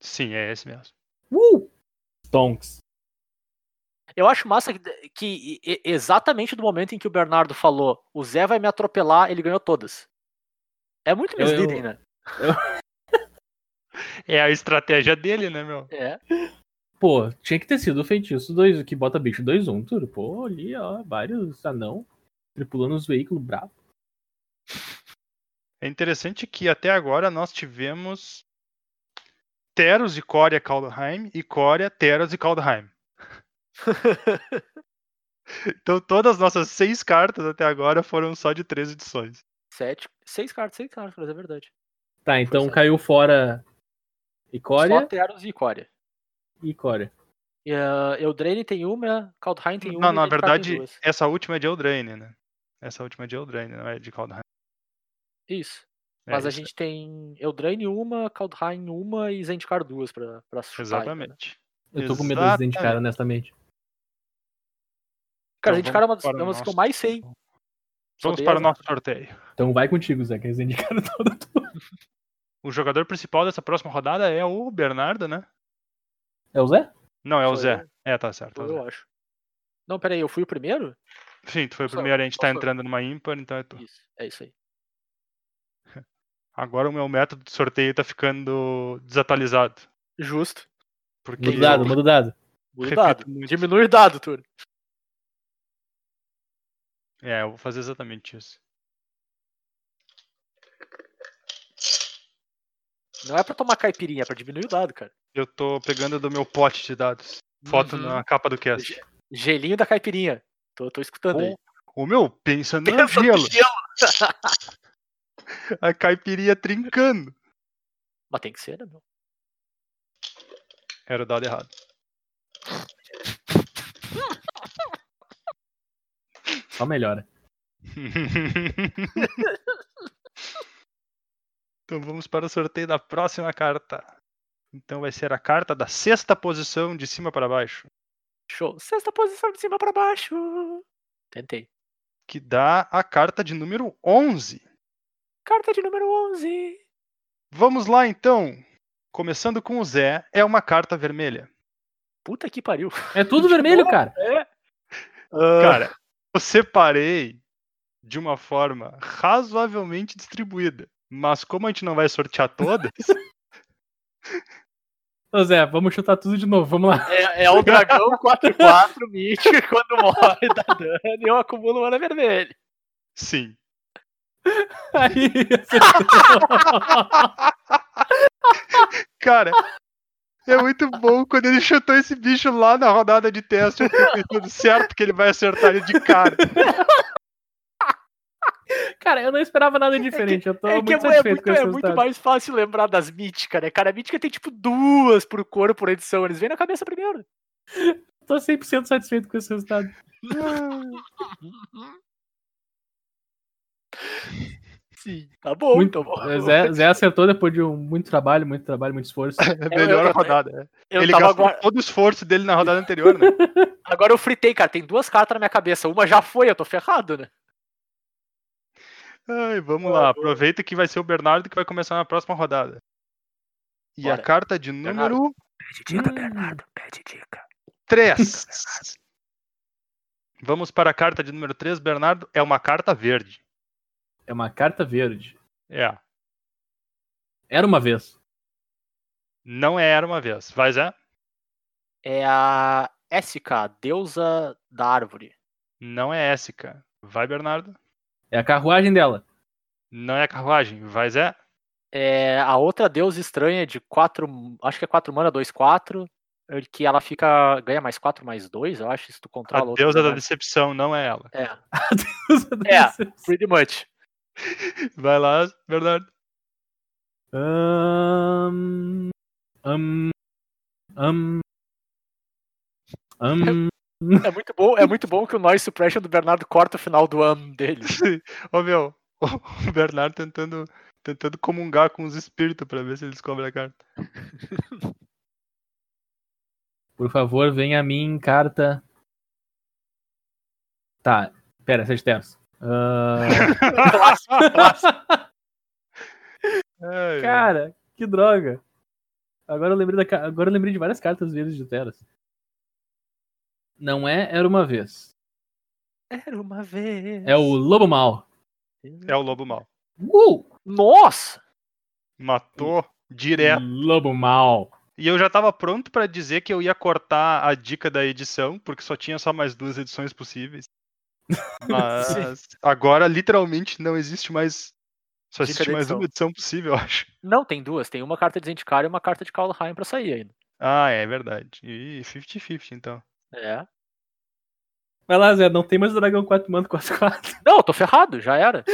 Speaker 2: Sim, é esse mesmo.
Speaker 5: Uh! Stonks.
Speaker 3: Eu acho massa que, que e- e- exatamente do momento em que o Bernardo falou o Zé vai me atropelar, ele ganhou todas. É muito
Speaker 5: Eu- eu-
Speaker 3: misleading, né?
Speaker 2: É a estratégia dele, né, meu?
Speaker 3: É.
Speaker 5: Pô, tinha que ter sido o feitiço 2, que bota bicho 2-1, um, tudo. Pô, ali, ó, vários anão tripulando os veículos brabo.
Speaker 2: É interessante que até agora nós tivemos Teros e Coria Kaldheim e Coria, Teros e Kaldheim. então todas as nossas seis cartas até agora foram só de três edições.
Speaker 3: Sete, seis cartas, seis cartas, é verdade.
Speaker 5: Tá, então
Speaker 3: certo.
Speaker 5: caiu fora
Speaker 3: é. Só
Speaker 5: Icória
Speaker 3: Teros e Icória.
Speaker 5: e Icória.
Speaker 3: E, ah, Eldraine tem uma, Kaldheim tem uma.
Speaker 2: Não,
Speaker 3: e
Speaker 2: na
Speaker 3: Lady Tar tem
Speaker 2: verdade,
Speaker 3: um duas.
Speaker 2: essa última é de Eldraine, né? Essa última é de Eldraine, não é de Kaldheim.
Speaker 3: Isso.
Speaker 2: É
Speaker 3: Mas a
Speaker 2: isso,
Speaker 3: gente tem Eldraine uma, Kaldheim uma e Zendikar duas pra, pra chutar. ainda, né?
Speaker 2: Exatamente.
Speaker 5: Eu tô com medo desse dente, cara, honestamente.
Speaker 2: Então,
Speaker 3: Cara, Zendikar é uma
Speaker 2: vamos
Speaker 3: das, é
Speaker 2: para o
Speaker 3: uma das que eu
Speaker 2: nosso-
Speaker 3: mais sei. né? Só
Speaker 2: Vamos
Speaker 3: dei
Speaker 2: para o
Speaker 3: azar.
Speaker 2: nosso sorteio.
Speaker 5: Então vai contigo, Zé, que eles indicaram toda a tua.
Speaker 2: O jogador principal dessa próxima rodada é o Bernardo, né?
Speaker 5: É o Zé?
Speaker 2: Não, é o
Speaker 3: Sou
Speaker 2: Zé. É, tá certo. é o Zé.
Speaker 3: Eu acho. Não, peraí, eu fui o primeiro?
Speaker 2: Sim, tu foi o
Speaker 3: Sou eu,
Speaker 2: primeiro, a gente
Speaker 3: sou
Speaker 2: tá
Speaker 3: eu.
Speaker 2: entrando numa ímpar, então é tu.
Speaker 3: Isso, é isso aí.
Speaker 2: Agora o meu método de sorteio tá ficando desatualizado.
Speaker 3: Justo.
Speaker 2: Porque
Speaker 5: Muda o dado,
Speaker 2: eu-
Speaker 5: muda o dado.
Speaker 3: Muda o
Speaker 2: Repito
Speaker 3: dado.
Speaker 2: muito.
Speaker 3: Diminui o dado, Tur.
Speaker 2: É, eu vou fazer exatamente isso.
Speaker 3: Não é pra tomar caipirinha, é pra diminuir o dado, cara.
Speaker 2: Eu tô pegando do meu pote de dados. Foto
Speaker 3: Uhum.
Speaker 2: na capa do cast.
Speaker 3: Gelinho da caipirinha. Tô, tô escutando aí.
Speaker 2: O meu, pensa no
Speaker 3: Pensa no
Speaker 2: gelo.
Speaker 3: gelo.
Speaker 2: A caipirinha trincando.
Speaker 3: Mas tem que ser, né, meu?
Speaker 2: Era o dado errado.
Speaker 5: Só melhora.
Speaker 2: então vamos para o sorteio da próxima carta. Então vai ser a carta da sexta posição, de cima para baixo.
Speaker 3: Show. Sexta posição de cima pra baixo. Tentei.
Speaker 2: Que dá a carta de número 11.
Speaker 3: Carta de número 11.
Speaker 2: Vamos lá então. Começando com o Zé, é uma carta vermelha.
Speaker 3: Puta que pariu.
Speaker 5: É tudo vermelho, cara.
Speaker 2: Cara, eu separei de uma forma razoavelmente distribuída. Mas como a gente não vai sortear todas,
Speaker 5: Ô, Zé, vamos chutar tudo de novo, vamos lá.
Speaker 3: É, é o dragão 4x4 mítico. Quando morre, dá dano. Eu acumulo mana vermelha.
Speaker 2: sim.
Speaker 5: Aí, acertou.
Speaker 2: Cara, é muito bom quando ele chutou esse bicho lá na rodada de teste. Eu fiquei tudo certo que ele vai acertar ele de cara.
Speaker 5: Cara, eu não esperava nada diferente. Eu tô
Speaker 3: É que
Speaker 5: muito
Speaker 3: é, mu- é
Speaker 5: satisfeito
Speaker 3: muito,
Speaker 5: com esse
Speaker 3: é muito
Speaker 5: resultado.
Speaker 3: mais fácil lembrar das míticas, né? Cara, a mítica tem tipo duas por cor, por edição. Eles vêm na cabeça primeiro.
Speaker 5: Tô 100% satisfeito com esse resultado.
Speaker 3: Sim. Tá bom,
Speaker 5: Muito-
Speaker 3: então. vamos.
Speaker 5: Zé, Zé acertou depois de um muito trabalho, muito trabalho, muito esforço.
Speaker 2: É a melhor
Speaker 3: eu- eu-
Speaker 2: rodada. né?
Speaker 3: Eu
Speaker 2: ele
Speaker 3: tava
Speaker 2: gastou
Speaker 3: agora...
Speaker 2: todo o esforço dele na rodada anterior, né?
Speaker 3: agora eu fritei, cara. Tem duas cartas na minha cabeça. Uma já foi, eu tô ferrado, né?
Speaker 2: Ai, vamos
Speaker 3: Ah,
Speaker 2: lá,
Speaker 3: boa.
Speaker 2: aproveita que vai ser o Bernardo que vai começar na próxima rodada. E a
Speaker 3: Bora.
Speaker 2: carta de número
Speaker 3: Pede dica, Bernardo. Pede dica.
Speaker 2: 3. Vamos para a carta de número 3, Bernardo. É uma carta verde.
Speaker 5: É uma carta verde.
Speaker 2: É.
Speaker 5: Era uma vez.
Speaker 2: Não é era uma vez. Vai, Zé?
Speaker 3: É a SK, deusa da árvore.
Speaker 2: Não é Ésica. Vai, Bernardo.
Speaker 5: É a carruagem dela.
Speaker 2: Não é a carruagem. Vai, Zé?
Speaker 3: É a outra deusa estranha de 4. Acho que é 4 mana, 2, 4. Que ela fica. ganha mais 4, mais 2, eu acho, se tu
Speaker 2: A
Speaker 3: controla outro
Speaker 2: deusa é da
Speaker 3: personagem.
Speaker 2: decepção, não é ela.
Speaker 3: É,
Speaker 5: É.
Speaker 3: pretty much.
Speaker 2: Vai lá, Bernardo.
Speaker 5: Ahn, ahn, ahn, ahn.
Speaker 3: É muito bom, é muito bom que o noise suppression do Bernardo corta o final do ano dele.
Speaker 2: Ô, meu. O Bernardo tentando, tentando comungar com os espíritos pra ver se ele descobre a carta.
Speaker 5: Por favor, venha a mim, carta. Tá, pera, sete terços. Ahn,
Speaker 2: Ai,
Speaker 5: cara, que droga. Agora eu lembrei, da, ca- agora eu lembrei de várias cartas verdes de teras. Não é, era uma vez.
Speaker 3: Era uma vez.
Speaker 5: É o Lobo Mal.
Speaker 2: É o lobo mau.
Speaker 5: Uh!
Speaker 3: Nossa!
Speaker 2: Matou
Speaker 3: É. Hum.
Speaker 2: direto.
Speaker 5: Lobo Mal.
Speaker 2: E eu já tava pronto pra dizer que eu ia cortar a dica da edição, porque só tinha só mais duas edições possíveis. Mas agora literalmente não existe mais. Só
Speaker 3: Dica
Speaker 2: existe
Speaker 3: da
Speaker 2: mais
Speaker 3: edição.
Speaker 2: uma edição possível, eu acho.
Speaker 3: Não, tem duas. Tem uma carta de Zendikar e uma carta de Kaldheim pra sair ainda.
Speaker 2: Ah, é verdade. Ih, 50-50 então.
Speaker 3: É.
Speaker 5: Vai lá, Zé, não tem mais o Dragão 4 Mano 4-4.
Speaker 3: Não, eu tô ferrado, já era.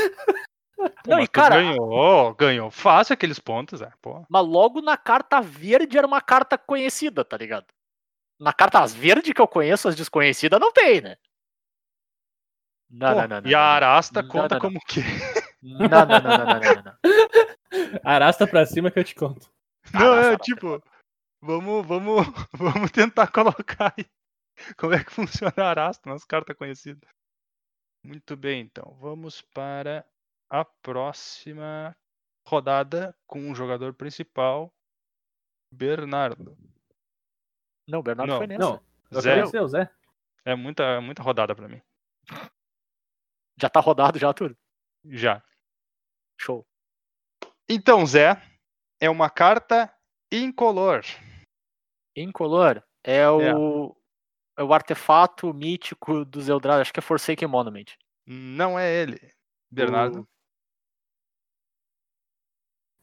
Speaker 3: Não, e
Speaker 2: Mas tu
Speaker 3: cara,
Speaker 2: Ganhou, ganhou. Fácil aqueles pontos, é. Pô.
Speaker 3: mas logo na carta verde era uma carta conhecida, tá ligado? Na carta verde que eu conheço, as desconhecidas não tem, né? Não,
Speaker 2: Pô,
Speaker 3: não, não, não.
Speaker 2: e a Arasta
Speaker 3: Não,
Speaker 2: conta
Speaker 3: não, não.
Speaker 2: como que.
Speaker 3: Não, não, não, não, não, não, não, não.
Speaker 5: Arasta pra cima que eu te conto.
Speaker 2: Não, é
Speaker 3: Arasta,
Speaker 2: tipo. Vamos, vamos, vamos tentar colocar aí. Como é que funciona a Arasta, nossa carta conhecida. Muito bem, então. Vamos para a próxima rodada com o jogador principal, Bernardo.
Speaker 3: Não, o Bernardo
Speaker 2: Não,
Speaker 3: foi nessa.
Speaker 5: Não,
Speaker 2: Zé,
Speaker 5: Zé. Seu, Zé.
Speaker 2: é muita, muita rodada pra mim.
Speaker 3: Já tá rodado já tudo.
Speaker 2: Já.
Speaker 3: Show.
Speaker 2: Então, Zé, é uma carta incolor.
Speaker 3: Incolor é o, é o artefato mítico dos Eldrazi, acho que é Forsaken Monument.
Speaker 2: Não é ele. Bernardo.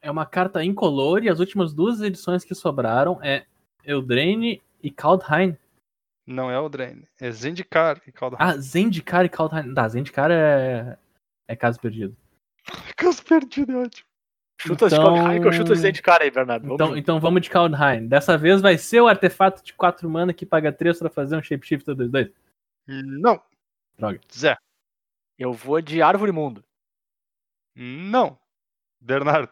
Speaker 5: É uma carta incolor e as últimas duas edições que sobraram é Eldraine e
Speaker 3: Tá.
Speaker 5: Kaldheim.
Speaker 2: Não é o Drain. É Zendikar e Kaldheim.
Speaker 5: Ah, Zendikar e Kaldheim. Tá, Zendikar é, é caso perdido.
Speaker 2: Caso perdido, é ótimo.
Speaker 3: Chuta de
Speaker 5: Então-
Speaker 3: Kaldheim que eu chuto de cara aí, Bernardo. Vamos
Speaker 5: Então,
Speaker 3: junto.
Speaker 5: então vamos de Kaldheim. Dessa vez vai ser o artefato de 4 mana que paga 3 pra fazer um shapeshifter 2-2.
Speaker 2: Não.
Speaker 5: Droga.
Speaker 2: Zé.
Speaker 3: Eu vou de Árvore Mundo.
Speaker 2: Não. Bernardo.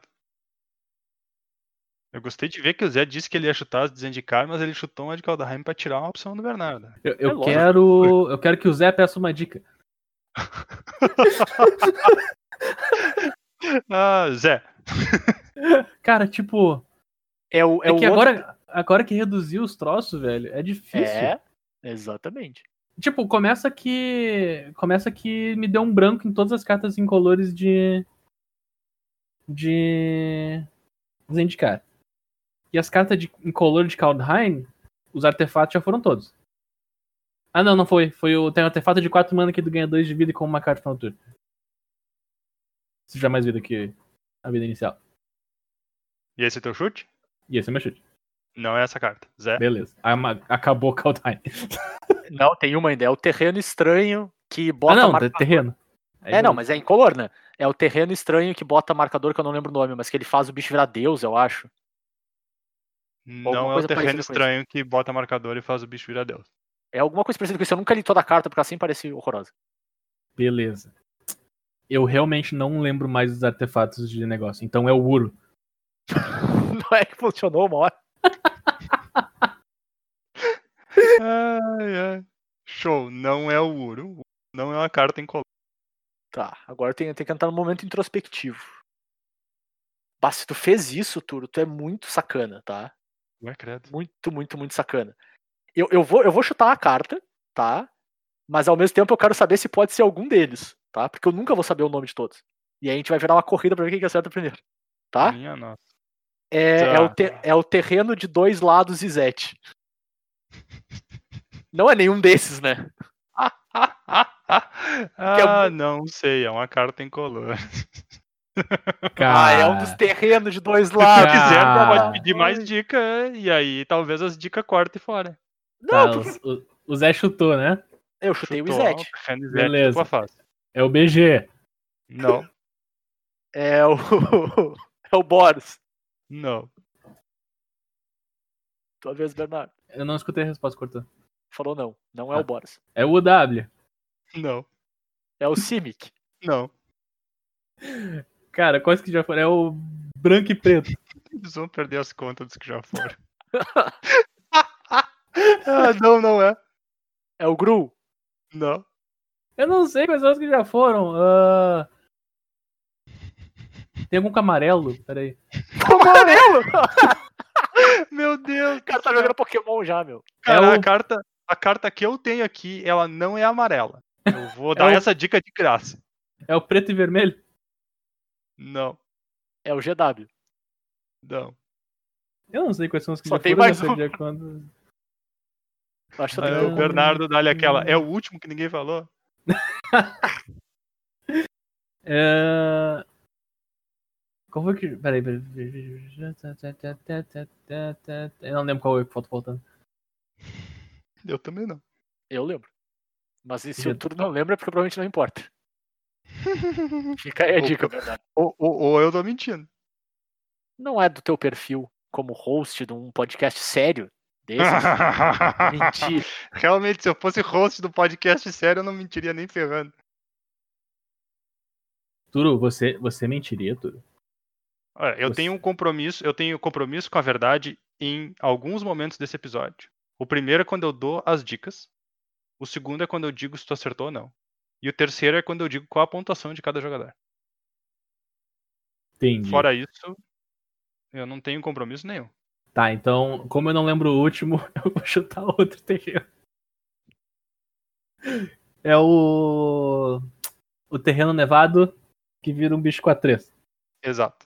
Speaker 2: Eu gostei de ver que o Zé disse que ele ia chutar as de Zendikar, mas ele chutou uma de Kaldheim pra tirar uma opção do Bernardo.
Speaker 5: Eu,
Speaker 3: É
Speaker 5: eu
Speaker 3: lógico.
Speaker 5: quero, eu quero que o Zé peça uma dica.
Speaker 2: Ah, Zé.
Speaker 5: Cara, tipo,
Speaker 3: É o, é
Speaker 5: é
Speaker 3: o
Speaker 5: que
Speaker 3: outro-
Speaker 5: agora, agora que reduziu os troços, velho, é difícil.
Speaker 3: É, exatamente.
Speaker 5: Tipo, começa que. Começa que me deu um branco em todas as cartas incolores de. De. Zendikar. E as cartas de incolor de Kaldheim, os artefatos já foram todos. Ah, não, não foi. Foi o. Tem um artefato de 4 mana que tu ganha 2 de vida e com uma carta no final do turno. Isso já é mais vida que a vida inicial.
Speaker 2: E esse é teu chute?
Speaker 5: E esse é meu chute.
Speaker 2: Não é essa carta. Zé.
Speaker 5: Beleza. Ah, ma- Acabou Kaldheim.
Speaker 3: Não, tem uma ainda. É o terreno estranho que
Speaker 5: Ah,
Speaker 3: bota
Speaker 5: não, um-
Speaker 3: marca-
Speaker 5: é terreno. Aí
Speaker 3: É, não,
Speaker 5: beleza.
Speaker 3: mas é incolor, né? É o terreno estranho que bota marcador, que eu não lembro o nome, mas que ele faz o bicho virar deus, eu acho.
Speaker 2: Não
Speaker 3: Alguma
Speaker 2: é o
Speaker 3: coisa
Speaker 2: terreno
Speaker 3: parecida com isso.
Speaker 2: estranho que bota marcador e faz o bicho virar Deus.
Speaker 3: É alguma coisa parecida com isso. Eu nunca li toda a carta, porque assim parece horrorosa.
Speaker 5: Beleza. Eu realmente não lembro mais dos artefatos de negócio. Então é o Uro.
Speaker 3: Não é que funcionou uma hora.
Speaker 2: Ai, ai. Show. Não é o Uro. Não é uma carta incolor.
Speaker 3: Tá, agora tem, tem que entrar no momento introspectivo. Bah, se tu fez isso, Turo, tu é muito sacana, tá?
Speaker 2: Ué, é credo.
Speaker 3: Muito, muito, muito sacana. Eu, eu, vou, eu vou chutar a carta, tá? Mas ao mesmo tempo eu quero saber se pode ser algum deles, tá? Porque eu nunca vou saber o nome de todos. E aí a gente vai virar uma corrida pra ver quem que acerta primeiro. Tá?
Speaker 2: Minha nossa.
Speaker 3: É, é
Speaker 2: Tá.
Speaker 3: o, te- é o terreno de dois lados e Zete. Não é nenhum desses, né? é
Speaker 2: ah,
Speaker 3: um
Speaker 2: não sei, é uma carta incolor.
Speaker 3: Ah, é um dos terrenos de dois
Speaker 2: Se
Speaker 3: lados.
Speaker 2: quiser, tu
Speaker 5: Ah.
Speaker 2: pode pedir mais dica e aí talvez as dicas cortem fora.
Speaker 5: Tá,
Speaker 3: Não, tu-
Speaker 5: o, o- o Zé chutou, né?
Speaker 3: eu chutei
Speaker 2: Chutou,
Speaker 3: o Izete.
Speaker 2: terreno Izete,
Speaker 5: Beleza.
Speaker 2: ficou fácil.
Speaker 5: É o BG.
Speaker 2: Não,
Speaker 3: É o. é o Boris.
Speaker 2: não.
Speaker 3: Tua vez, Bernardo.
Speaker 5: Eu não escutei a resposta, cortou.
Speaker 3: Falou não. Não é o
Speaker 5: Ah.
Speaker 3: Boris.
Speaker 5: É o W.
Speaker 2: Não,
Speaker 3: É o Simic.
Speaker 2: não.
Speaker 5: Cara, quais que já foram? É o branco e preto.
Speaker 2: Eles vão perder as contas dos que já foram. ah, não, não é.
Speaker 3: É o Gru.
Speaker 2: Não.
Speaker 5: Eu não sei quais são os que já foram. Ah, Tem algum com amarelo? Peraí.
Speaker 3: Amarelo! o
Speaker 2: Meu Deus.
Speaker 3: cara tá jogando Pokémon já, meu.
Speaker 2: Cara,
Speaker 5: É o-
Speaker 2: a, carta, a carta que eu tenho aqui, ela não é amarela. Eu
Speaker 3: É
Speaker 2: vou dar
Speaker 5: o-
Speaker 2: essa dica de graça.
Speaker 5: É o preto e vermelho?
Speaker 2: Não,
Speaker 3: É o GW.
Speaker 2: não.
Speaker 5: Eu não sei quais são os que
Speaker 3: Só
Speaker 5: já
Speaker 3: tem
Speaker 5: foram.
Speaker 3: mais
Speaker 5: eu sei
Speaker 3: um.
Speaker 5: de quando-
Speaker 3: Acho
Speaker 5: Ah,
Speaker 2: Aí
Speaker 3: que tá
Speaker 2: É o
Speaker 3: tentando-
Speaker 2: Bernardo dá-lhe aquela. É o último que ninguém falou?
Speaker 5: É... Qual foi que. Peraí, peraí. Eu não lembro qual é que falta faltando.
Speaker 2: Eu também não.
Speaker 3: Eu lembro. Mas e se
Speaker 5: Já-
Speaker 3: o turno não lembra, é porque provavelmente não importa. Fica aí a
Speaker 2: Opa.
Speaker 3: dica, Bernardo.
Speaker 2: Ou, ou- ou eu tô mentindo.
Speaker 3: Não é do teu perfil como host de um podcast sério
Speaker 2: é
Speaker 3: desse. Mentir.
Speaker 2: Realmente, se eu fosse host do podcast sério, eu não mentiria nem ferrando.
Speaker 5: Turo, você, você mentiria, Turo?
Speaker 2: Olha, eu
Speaker 5: Você-
Speaker 2: tenho um compromisso, eu tenho compromisso com a verdade em alguns momentos desse episódio. O primeiro é quando eu dou as dicas. O segundo é quando eu digo se tu acertou ou não. E o terceiro é quando eu digo qual a pontuação de cada jogador.
Speaker 5: Entendi.
Speaker 2: Fora isso, eu não tenho compromisso nenhum.
Speaker 5: Tá, então, como eu não lembro o último, eu vou chutar outro terreno. É o. O terreno nevado que vira um bicho 4x3.
Speaker 2: Exato.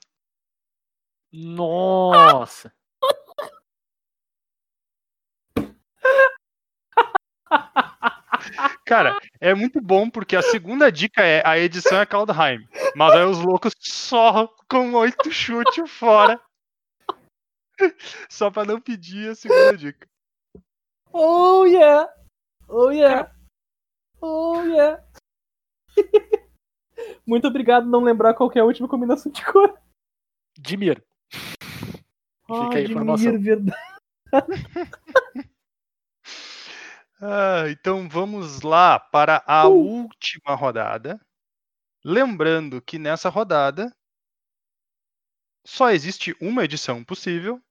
Speaker 3: Nossa!
Speaker 2: Cara, é muito bom porque a segunda dica é a edição é Kaldheim. Mas aí os loucos só com oito chutes fora. Só pra não pedir a segunda dica.
Speaker 5: Oh yeah! Oh yeah! Oh yeah! Muito obrigado não lembrar qual que é a última combinação de cor.
Speaker 3: Dimir. Fica aí a informação.
Speaker 2: Ah, então vamos lá para a última rodada. Lembrando que nessa rodada só existe uma edição possível,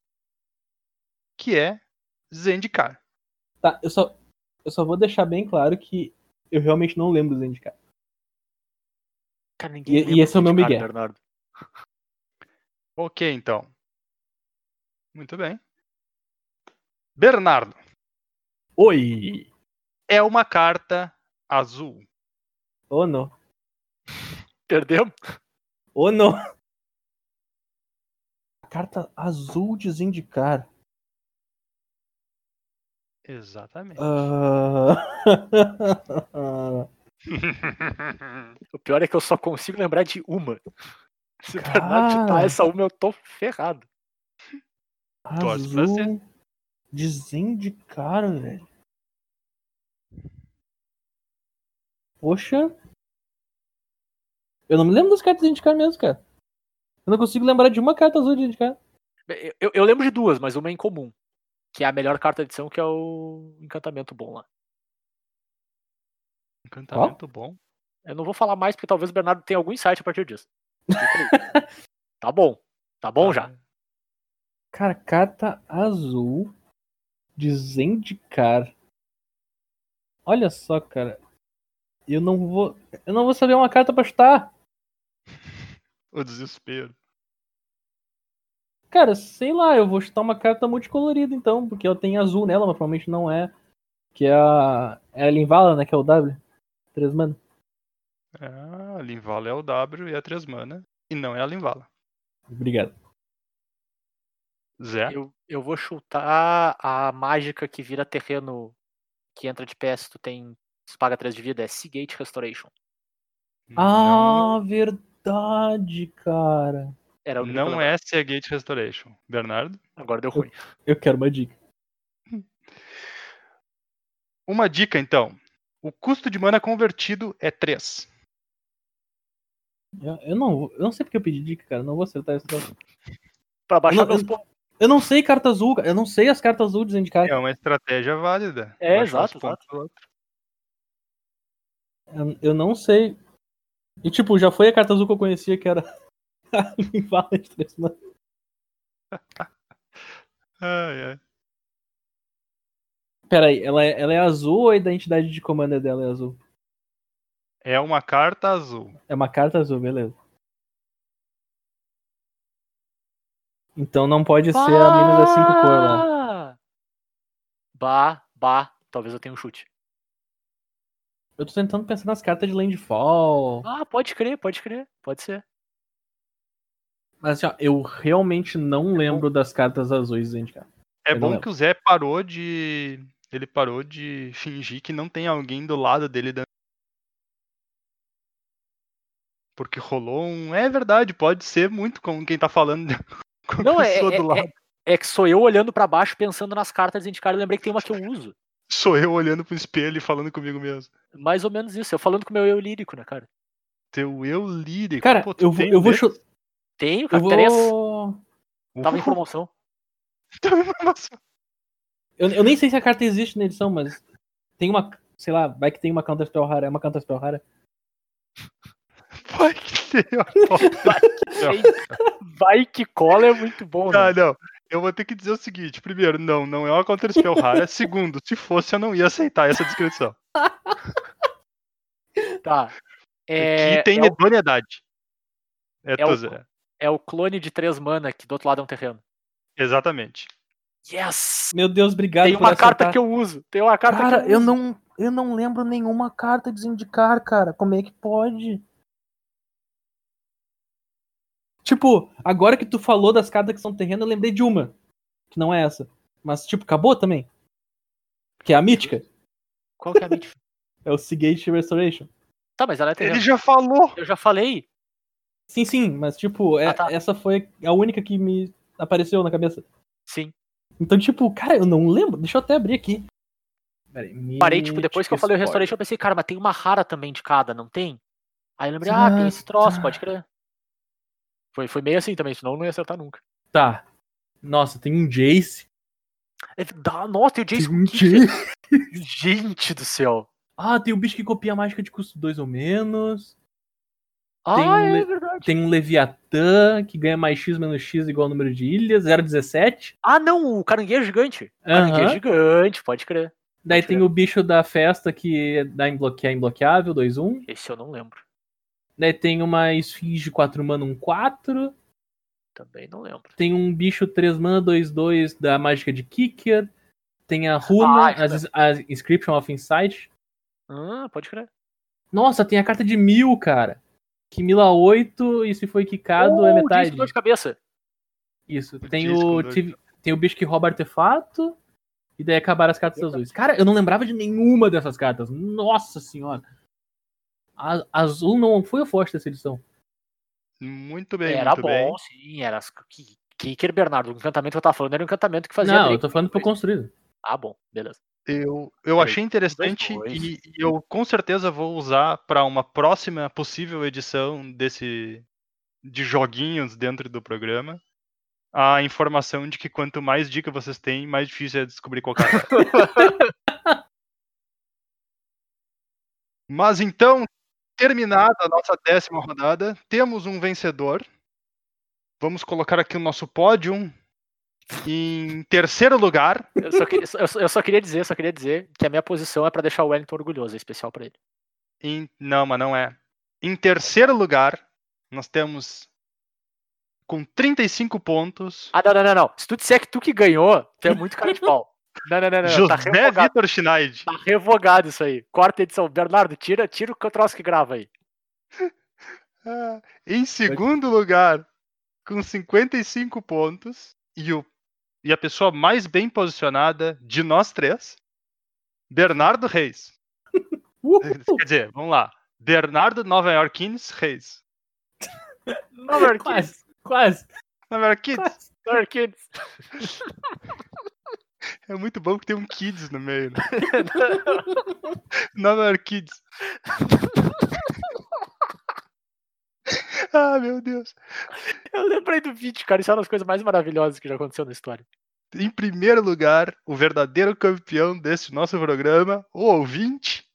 Speaker 2: que é Zendikar.
Speaker 5: Tá, eu só, eu só vou deixar bem claro que eu realmente não lembro do indicado.
Speaker 3: Cara,
Speaker 5: E-
Speaker 3: ninguém
Speaker 5: e
Speaker 3: lembra
Speaker 5: esse é o
Speaker 3: quem
Speaker 5: meu
Speaker 3: de cara,
Speaker 5: Miguel.
Speaker 3: Bernardo.
Speaker 2: Ok, então. Muito bem. Bernardo,
Speaker 5: Oi!
Speaker 2: é uma carta azul.
Speaker 5: Ou não.
Speaker 3: Perdemos?
Speaker 5: Ou não. Oh, Carta azul desindicar.
Speaker 2: Exatamente.
Speaker 5: Ah.
Speaker 3: O pior é que eu só consigo lembrar de uma. Se o Bernardo chutar
Speaker 5: Cara.
Speaker 3: essa uma, eu tô ferrado.
Speaker 2: Torce pra
Speaker 5: azul desindicar, velho. Poxa. Eu não me lembro das cartas desindicar mesmo, cara. Eu não consigo lembrar de uma carta azul desindicar.
Speaker 3: Eu, eu- eu lembro de duas, mas uma é em comum. Que é a melhor carta de edição, que é o Encantamento Bom lá.
Speaker 2: Encantamento bom.
Speaker 3: Eu não vou falar mais, porque talvez o Bernardo tenha algum insight a partir disso. Fica aí. tá bom. Tá bom já.
Speaker 5: Cara, carta azul desindicar. Olha só, cara. Eu não vou. Eu não vou saber uma carta pra chutar.
Speaker 2: O desespero.
Speaker 5: Cara, sei lá, eu vou chutar uma carta multicolorida então, porque ela tem azul nela, mas provavelmente não é. Que é a. É a Linvala, né? Que é o W. Três mana.
Speaker 2: Ah, a Linvala é o W e a 3 mana. E não é a Linvala.
Speaker 5: Obrigado.
Speaker 2: Zé.
Speaker 3: Eu, eu vou chutar a mágica que vira terreno que entra de pé se tu tem. Se tu paga 3 de vida, é Seagate Restoration.
Speaker 5: Ah, verdade, cara.
Speaker 3: Era
Speaker 2: não,
Speaker 3: o único
Speaker 2: não
Speaker 3: lembra-
Speaker 2: é Seagate Restoration. Bernardo?
Speaker 3: Agora deu ruim.
Speaker 5: Eu quero uma dica.
Speaker 2: Uma dica então. O custo de mana convertido é 3.
Speaker 5: Eu, eu não, vou- eu não sei porque eu pedi dica, cara. eu Não vou acertar essa.
Speaker 3: Pra baixar
Speaker 5: Eu não-
Speaker 3: meus pontos.
Speaker 5: Eu não sei carta azul, cara. Eu não sei as cartas azul de indicar.
Speaker 2: É uma estratégia válida.
Speaker 3: É,
Speaker 2: Baixar os
Speaker 3: exato,
Speaker 2: pontos do um outro.
Speaker 5: Eu, eu não sei. E tipo, já foi a carta azul que eu conhecia, que era a Livala de três manas.
Speaker 2: Ai, ai.
Speaker 5: Pera aí, ela é, ela é azul ou a identidade de comando dela é azul?
Speaker 2: É uma carta azul.
Speaker 5: É uma carta azul, beleza. Então não pode ser a mina das cinco cores lá.
Speaker 3: lá. Bah, bah. Talvez eu tenha um chute.
Speaker 5: Eu tô tentando pensar nas cartas de Landfall.
Speaker 3: Ah, pode crer, pode crer. Pode ser.
Speaker 5: Mas assim, ó, eu realmente não lembro das cartas azuis de indicar.
Speaker 2: É
Speaker 5: Eu não
Speaker 2: bom
Speaker 5: lembro.
Speaker 2: que o Zé parou de. Ele parou de fingir que não tem alguém do lado dele dando. Porque rolou um. É verdade, pode ser muito com quem tá falando com a
Speaker 3: Não, é,
Speaker 2: pessoa
Speaker 3: é-
Speaker 2: do lado.
Speaker 3: é, é que sou eu olhando pra baixo pensando nas cartas de indicar. Eu lembrei que tem uma que eu uso.
Speaker 2: Sou eu olhando pro espelho e falando comigo mesmo.
Speaker 3: Mais ou menos isso. Eu falando com o meu eu lírico, né, cara?
Speaker 2: Teu eu lírico.
Speaker 5: Cara,
Speaker 2: Pô, tu
Speaker 5: eu vou,
Speaker 2: tem
Speaker 5: eu vou
Speaker 2: mesmo?
Speaker 5: chutar.
Speaker 3: Tenho,
Speaker 5: Eu
Speaker 3: cara. Três.
Speaker 5: vou.
Speaker 3: Tava em promoção.
Speaker 5: Eu, eu nem sei se a carta existe na edição, mas tem uma. Sei lá, vai que tem uma counter spell rara. É uma counter spell rara.
Speaker 2: Vai que tem, ó.
Speaker 3: Vai que cola é muito bom,
Speaker 2: Ah,
Speaker 3: né?
Speaker 2: não. Eu vou ter que dizer o seguinte: primeiro, não, não é uma Counter Spell rara. Segundo, se fosse, eu não ia aceitar essa descrição.
Speaker 3: Tá. É,
Speaker 2: que tem
Speaker 3: é, o,
Speaker 2: idoneidade. É,
Speaker 3: é o-
Speaker 2: tu, Zé.
Speaker 3: é o clone de três mana que do outro lado é um terreno.
Speaker 2: Exatamente.
Speaker 3: Yes!
Speaker 5: Meu Deus, obrigado
Speaker 3: Tem uma carta que eu uso. Tem uma carta
Speaker 5: tá? Cara,
Speaker 3: que eu
Speaker 5: eu
Speaker 3: uso.
Speaker 5: não, eu não lembro nenhuma carta de indicar, cara. Como é que pode? Tipo, agora que tu falou das cartas que são terreno, eu lembrei de uma. Que não é essa. Mas, tipo, acabou também. Que é a mítica.
Speaker 3: Qual que é a mente?
Speaker 5: É o Seagate Restoration.
Speaker 3: Tá, mas ela é terreno.
Speaker 2: Ele já falou.
Speaker 3: Eu já falei.
Speaker 5: Sim, sim, mas, tipo, é-
Speaker 3: Ah, tá.
Speaker 5: essa foi a única que me apareceu na cabeça.
Speaker 3: Sim.
Speaker 5: Então, tipo, cara, eu não lembro. Deixa eu até abrir aqui. Peraí,
Speaker 3: Parei, tipo, depois que eu falei o
Speaker 5: Mítica Sport.
Speaker 3: restaurante, eu pensei, cara, mas tem uma rara também de cada, não tem? Aí eu lembrei, ah, tem esse troço, pode crer. Foi, foi meio assim também, senão eu não ia acertar nunca.
Speaker 5: Tá. Nossa, tem um Jace.
Speaker 3: É, dá- nossa, tem o
Speaker 5: Tem
Speaker 3: Jason
Speaker 5: um
Speaker 3: Kidd.
Speaker 5: Jace.
Speaker 3: Gente do céu.
Speaker 5: Ah, tem o bicho que copia a mágica de custo 2 ou menos. Tem
Speaker 3: Ah,
Speaker 5: um
Speaker 3: é
Speaker 5: le-
Speaker 3: verdade.
Speaker 5: Tem um Leviatã que ganha mais X menos X igual ao número de ilhas, 0,17.
Speaker 3: Ah, não, o caranguejo gigante. Caranguejo
Speaker 5: Aham.
Speaker 3: gigante, pode crer.
Speaker 5: Daí
Speaker 3: Ah, pode
Speaker 5: tem
Speaker 3: crer.
Speaker 5: o bicho da festa que dá é imbloquear imbloqueável, 2, 1.
Speaker 3: Esse eu não lembro.
Speaker 5: Daí tem uma esfinge 4 mana, 1, 4.
Speaker 3: Também não lembro.
Speaker 5: Tem um bicho 3 mana, 2, 2 da mágica de Kicker. Tem a runa,
Speaker 3: Ah, isso
Speaker 5: as- a Inscription of Insight.
Speaker 3: Ah, pode crer.
Speaker 5: Nossa, tem a carta de mil, cara. Que mila 8 e se foi quicado é
Speaker 3: Oh,
Speaker 5: metade.
Speaker 3: Jason dor de cabeça.
Speaker 5: Isso.
Speaker 2: O
Speaker 5: Tem
Speaker 2: disco
Speaker 5: o,
Speaker 2: do-
Speaker 5: tive- tem o bicho que rouba artefato. E daí acabaram as cartas azuis. Cara, eu não lembrava de nenhuma dessas cartas. Nossa senhora. A- azul não foi o forte dessa edição.
Speaker 2: Muito bem,
Speaker 3: era
Speaker 2: muito
Speaker 3: bom,
Speaker 2: bem.
Speaker 3: sim. Era as- que- Kicker Bernardo. O encantamento que eu tava falando era um encantamento que fazia.
Speaker 5: não,
Speaker 3: break.
Speaker 5: eu tô falando pro construído.
Speaker 3: Ah, bom, beleza.
Speaker 2: Eu, eu
Speaker 3: Três,
Speaker 2: achei interessante
Speaker 3: dois, dois.
Speaker 2: e, e eu com certeza vou usar para uma próxima possível edição desse de joguinhos dentro do programa a informação de que quanto mais dica vocês têm, mais difícil é descobrir qual cara. é. Mas então, terminada a nossa décima rodada, temos um vencedor. Vamos colocar aqui o nosso pódio. Em terceiro lugar,
Speaker 3: Eu só, queria, eu só- eu só queria dizer, só queria dizer que a minha posição é pra deixar o Wellington orgulhoso, é especial pra ele.
Speaker 2: Em- Não, mas não é. Em terceiro lugar, nós temos com 35 pontos
Speaker 3: Ah, não, não, não, não. Se tu disser que tu que ganhou, tu é muito cara de pau. Não, não, não, não. Tá
Speaker 2: José
Speaker 3: revogado,
Speaker 2: Vitor Schneid.
Speaker 3: tá revogado isso aí. Quarta edição. Bernardo, tira, tira o que eu troço que grava aí.
Speaker 2: Ah, Em segundo lugar, com 55 pontos, e, o, e a pessoa mais bem posicionada de nós três, Bernardo Reis.
Speaker 5: Uh!
Speaker 4: Uhul!
Speaker 2: Quer dizer, vamos lá. Bernardo Nova Yorkines Reis.
Speaker 3: Nova York Kids,
Speaker 4: Quase, quase,
Speaker 2: Nova Yorkines
Speaker 4: quase.
Speaker 3: Nova York Kids.
Speaker 2: é muito bom que tem um Kids no meio. Né? Nova Yorkines. ah, meu Deus.
Speaker 3: Eu lembrei do vídeo, cara. Isso é uma das coisas mais maravilhosas que já aconteceu na história.
Speaker 2: Em primeiro lugar, o verdadeiro campeão deste nosso programa, o ouvinte,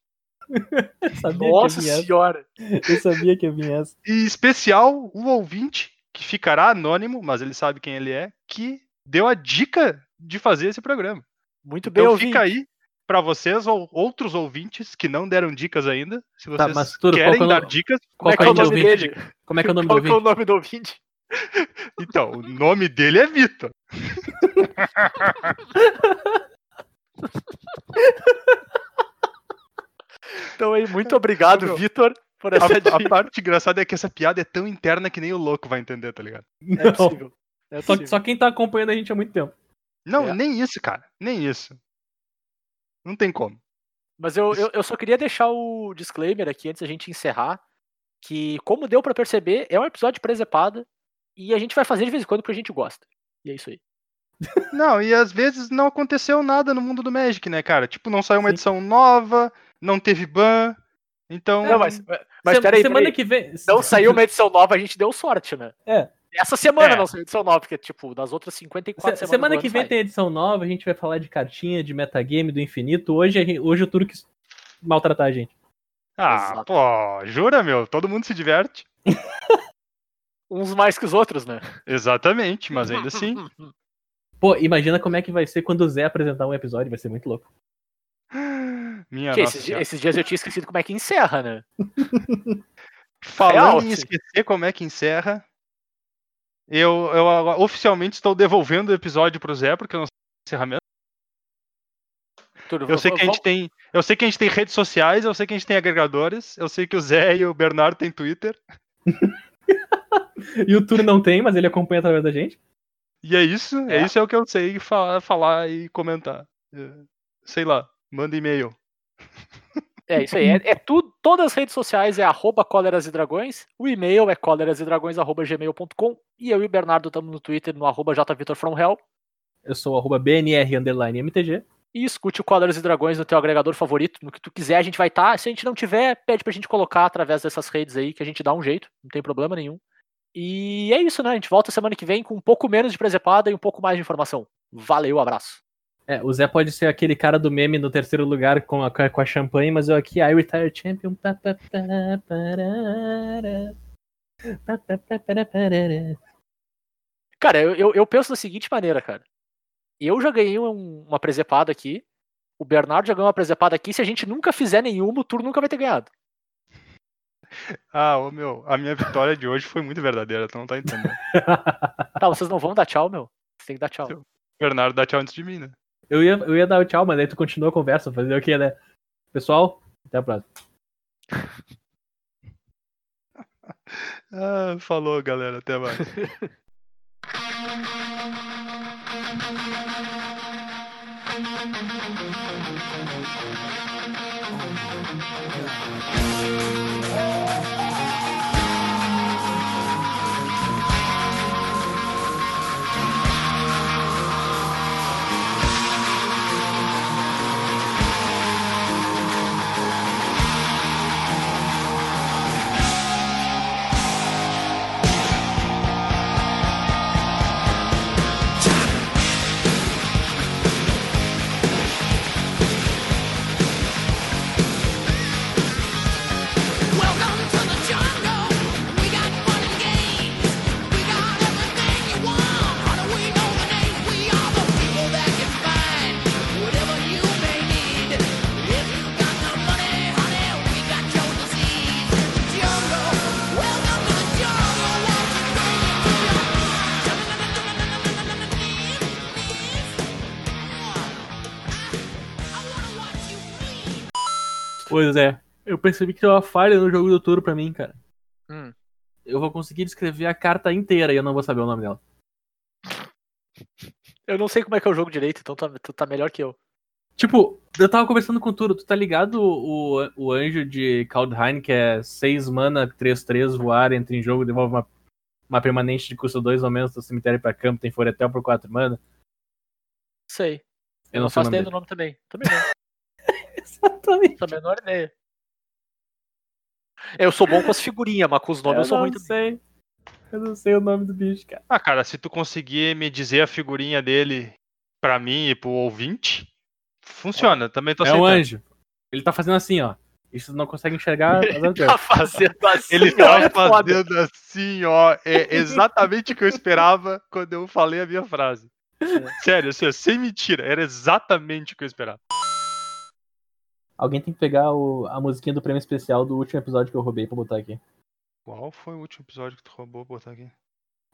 Speaker 5: Eu sabia
Speaker 3: Nossa
Speaker 5: que eu vinha
Speaker 3: senhora.
Speaker 5: essa. Eu sabia que eu vinha essa.
Speaker 2: E em especial o ouvinte, que ficará anônimo, mas ele sabe quem ele é, que deu a dica de fazer esse programa.
Speaker 3: Muito bem
Speaker 2: Então
Speaker 3: ouvido.
Speaker 2: fica aí para vocês ou outros ouvintes que não deram dicas ainda, se
Speaker 4: Tá,
Speaker 2: vocês
Speaker 4: mas Turo, qual que é
Speaker 2: querem
Speaker 4: o
Speaker 2: dar
Speaker 4: nome-
Speaker 2: dicas,
Speaker 4: Qual que é o nome
Speaker 2: dele?
Speaker 4: dele? Como é que é o nome do
Speaker 3: Qual que é
Speaker 4: ouvinte?
Speaker 3: o nome do ouvinte?
Speaker 2: então, o nome dele é Vitor.
Speaker 3: Então aí, muito obrigado,
Speaker 2: Meu.
Speaker 3: Vitor, por
Speaker 2: A,
Speaker 3: essa
Speaker 2: a
Speaker 3: dica.
Speaker 2: parte engraçada é que essa piada é tão interna que nem o louco vai entender, tá ligado?
Speaker 3: É
Speaker 4: Não.
Speaker 3: possível. É
Speaker 4: Só,
Speaker 3: possível.
Speaker 4: só quem tá acompanhando a gente há muito tempo.
Speaker 2: Não,
Speaker 3: É.
Speaker 2: nem isso, cara. Nem isso. Não tem como.
Speaker 3: Mas eu, eu, eu só queria deixar o disclaimer aqui antes da gente encerrar. Que, como deu pra perceber, é um episódio presepada. E a gente vai fazer de vez em quando porque a gente gosta. E é isso aí.
Speaker 2: Não, e às vezes não aconteceu nada no mundo do Magic, né, cara? Tipo, não saiu uma
Speaker 4: Sim.
Speaker 2: edição nova, não teve ban. Então.
Speaker 3: Não, mas, mas
Speaker 4: Se-
Speaker 3: peraí,
Speaker 4: semana
Speaker 3: peraí. um
Speaker 4: que vem.
Speaker 3: Não saiu uma edição nova, a gente deu sorte, né?
Speaker 5: É.
Speaker 3: Essa semana
Speaker 2: É.
Speaker 3: não saiu edição nova, porque, tipo, das outras 54
Speaker 4: Se-
Speaker 3: semanas.
Speaker 4: semana
Speaker 3: do
Speaker 4: que
Speaker 3: ano
Speaker 4: vem
Speaker 3: sai.
Speaker 4: tem edição nova, a gente vai falar de cartinha, de metagame, do infinito. Hoje, a gen- hoje o Turo quis maltratar a gente.
Speaker 2: Ah,
Speaker 3: Exato.
Speaker 2: pô, jura, meu? Todo mundo se diverte.
Speaker 3: Uns mais que os outros, né?
Speaker 2: É, Exatamente, mas ainda assim.
Speaker 4: Pô, imagina como é que vai ser quando o Zé apresentar um episódio, vai ser muito louco.
Speaker 2: Minha nossa.
Speaker 3: Que esses,
Speaker 2: senhora.
Speaker 3: esses dias eu tinha esquecido como é que encerra, né?
Speaker 2: Falando em
Speaker 3: Real,
Speaker 2: esquecer como é que encerra, eu, eu agora oficialmente estou devolvendo o episódio pro Zé, porque eu não sei o encerramento.
Speaker 3: Tudo,
Speaker 2: Eu sei que a gente tem. Eu sei que a gente tem redes sociais, eu sei que a gente tem agregadores, eu sei que o Zé e o Bernardo têm Twitter.
Speaker 4: E o Turo não tem, mas ele acompanha através da gente.
Speaker 2: E é isso, é,
Speaker 3: É.
Speaker 2: isso é o que eu sei falar, falar e comentar. Eh, Sei lá, manda e-mail.
Speaker 3: É isso aí. É, é tudo, todas as redes sociais é arroba cóleras e dragões. O e-mail é colerasedragões.gmail.com e eu e o Bernardo estamos no Twitter no arroba jvitorfromhell.
Speaker 4: Eu sou o arroba BNR underline MTG.
Speaker 3: E escute o Cóleras e Dragões no teu agregador favorito, no que tu quiser, a gente vai estar. Se a gente não tiver, pede pra gente colocar através dessas redes aí, que a gente dá um jeito, não tem problema nenhum. E é isso, né? A gente volta semana que vem com um pouco menos de presepada e um pouco mais de informação. Valeu, abraço.
Speaker 4: É, o Zé pode ser aquele cara do meme no terceiro lugar com a, com a champanhe, mas eu aqui, I retire champion. pá, pá, pá, parará. Pá, pá, pá, pará, parará.
Speaker 3: Cara, eu, eu, eu penso da seguinte maneira, cara. Eu já ganhei um- uma presepada aqui. O Bernardo já ganhou uma presepada aqui. Se a gente nunca fizer nenhuma, o turno nunca vai ter ganhado.
Speaker 2: Ah, ô meu, a minha vitória de hoje foi muito verdadeira, tu não tá entendendo.
Speaker 3: Tá, vocês não vão dar tchau, meu. Vocês têm que dar tchau.
Speaker 2: Seu- Bernardo dá tchau antes de mim, né?
Speaker 4: Eu ia, eu ia dar o tchau, mas daí tu continua a conversa, fazer o que, né? Pessoal, até a próxima.
Speaker 2: Ah, falou, galera, até mais.
Speaker 5: Pois é. Eu percebi que tem uma falha no jogo do touro pra mim, cara.
Speaker 3: Hum.
Speaker 5: Eu vou conseguir descrever a carta inteira e eu não vou saber o nome dela.
Speaker 3: Eu não sei como é que é o jogo direito, então tá- tu tá melhor que eu.
Speaker 5: Tipo, eu tava conversando com o Turo, tu tá ligado o, o anjo de Kaldheim, que é 6 mana, 3, 3, voar, entra em jogo, devolve uma, uma permanente de custo 2 ou menos do cemitério pra campo, tem floretel por 4 mana?
Speaker 3: Sei. Eu
Speaker 5: Eu não
Speaker 3: não
Speaker 5: sei o
Speaker 3: faço
Speaker 5: nome
Speaker 3: ideia
Speaker 5: dele.
Speaker 3: do nome também. Também não.
Speaker 5: Exatamente.
Speaker 3: Faço a menor ideia. Eu sou bom com as figurinhas, mas com os nomes eu, sou
Speaker 5: não
Speaker 3: ruim também.
Speaker 5: sei. Eu não sei o nome do bicho, cara.
Speaker 2: Ah, cara, se tu conseguir me dizer a figurinha dele pra mim e pro ouvinte, funciona. Também tô
Speaker 5: é
Speaker 2: aceitando.
Speaker 5: um anjo. Ele tá fazendo assim, ó. E vocês não conseguem enxergar. mas não adianta.
Speaker 3: Tá fazendo assim.
Speaker 2: Ele
Speaker 3: ó,
Speaker 2: tá
Speaker 3: é foda.
Speaker 2: fazendo assim, ó. É exatamente o que eu esperava quando eu falei a minha frase.
Speaker 5: É.
Speaker 2: Sério, assim, ó, sem mentira. Era exatamente o que eu esperava.
Speaker 5: Alguém tem que pegar o- a musiquinha do prêmio especial do último episódio que eu roubei pra botar aqui.
Speaker 2: Qual foi o último episódio que tu roubou botar aqui?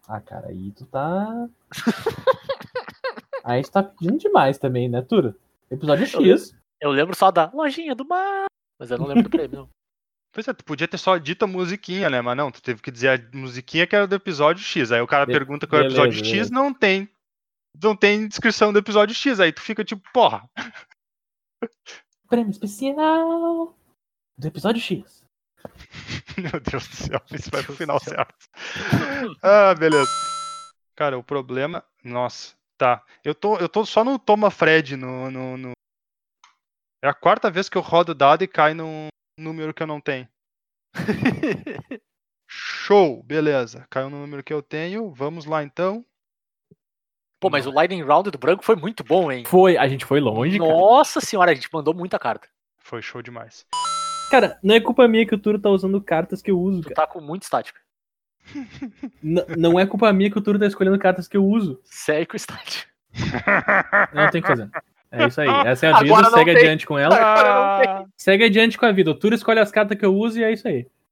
Speaker 5: Ah, cara, aí tu tá. aí tu tá pedindo demais também, né, Turo? Episódio X.
Speaker 3: Eu lembro só da lojinha do mar. Mas eu não lembro do prêmio, não.
Speaker 2: Pois é, tu podia ter só dito a musiquinha, né? Mas não, tu teve que dizer a musiquinha que era do episódio X. Aí o cara
Speaker 5: Be-
Speaker 2: pergunta qual é o
Speaker 5: beleza,
Speaker 2: episódio X,
Speaker 5: beleza.
Speaker 2: não tem. Não tem descrição do episódio X. Aí tu fica tipo, porra.
Speaker 5: Prêmio especial do episódio X.
Speaker 2: Meu Deus do céu, isso vai pro final
Speaker 3: do céu.
Speaker 2: certo. Ah, beleza. Cara, o problema. Nossa, tá. Eu tô, eu tô só no Toma Fred. No, no, no- É a quarta vez que eu rodo o dado e cai num número que eu não tenho. Show, beleza. Caiu no número que eu tenho. Vamos lá então.
Speaker 3: Pô, mas o Lightning Round do branco foi muito bom, hein?
Speaker 5: Foi, a gente foi longe, cara.
Speaker 3: Nossa senhora, a gente mandou muita carta.
Speaker 2: Foi show demais.
Speaker 5: Cara, não é culpa minha que o Turo tá usando cartas que eu uso,
Speaker 3: Tu
Speaker 5: cara.
Speaker 3: tá com muito estático.
Speaker 5: N- não é culpa minha que o Turo tá escolhendo cartas que eu uso.
Speaker 3: Segue com o estático.
Speaker 5: Não tem o que fazer. É isso aí. Essa é a
Speaker 3: Agora
Speaker 5: vida,
Speaker 3: não
Speaker 5: segue
Speaker 3: tem.
Speaker 5: adiante com ela.
Speaker 2: Ah,
Speaker 3: Agora não
Speaker 5: Segue adiante com a vida. O Turo escolhe as cartas que eu uso e é isso aí.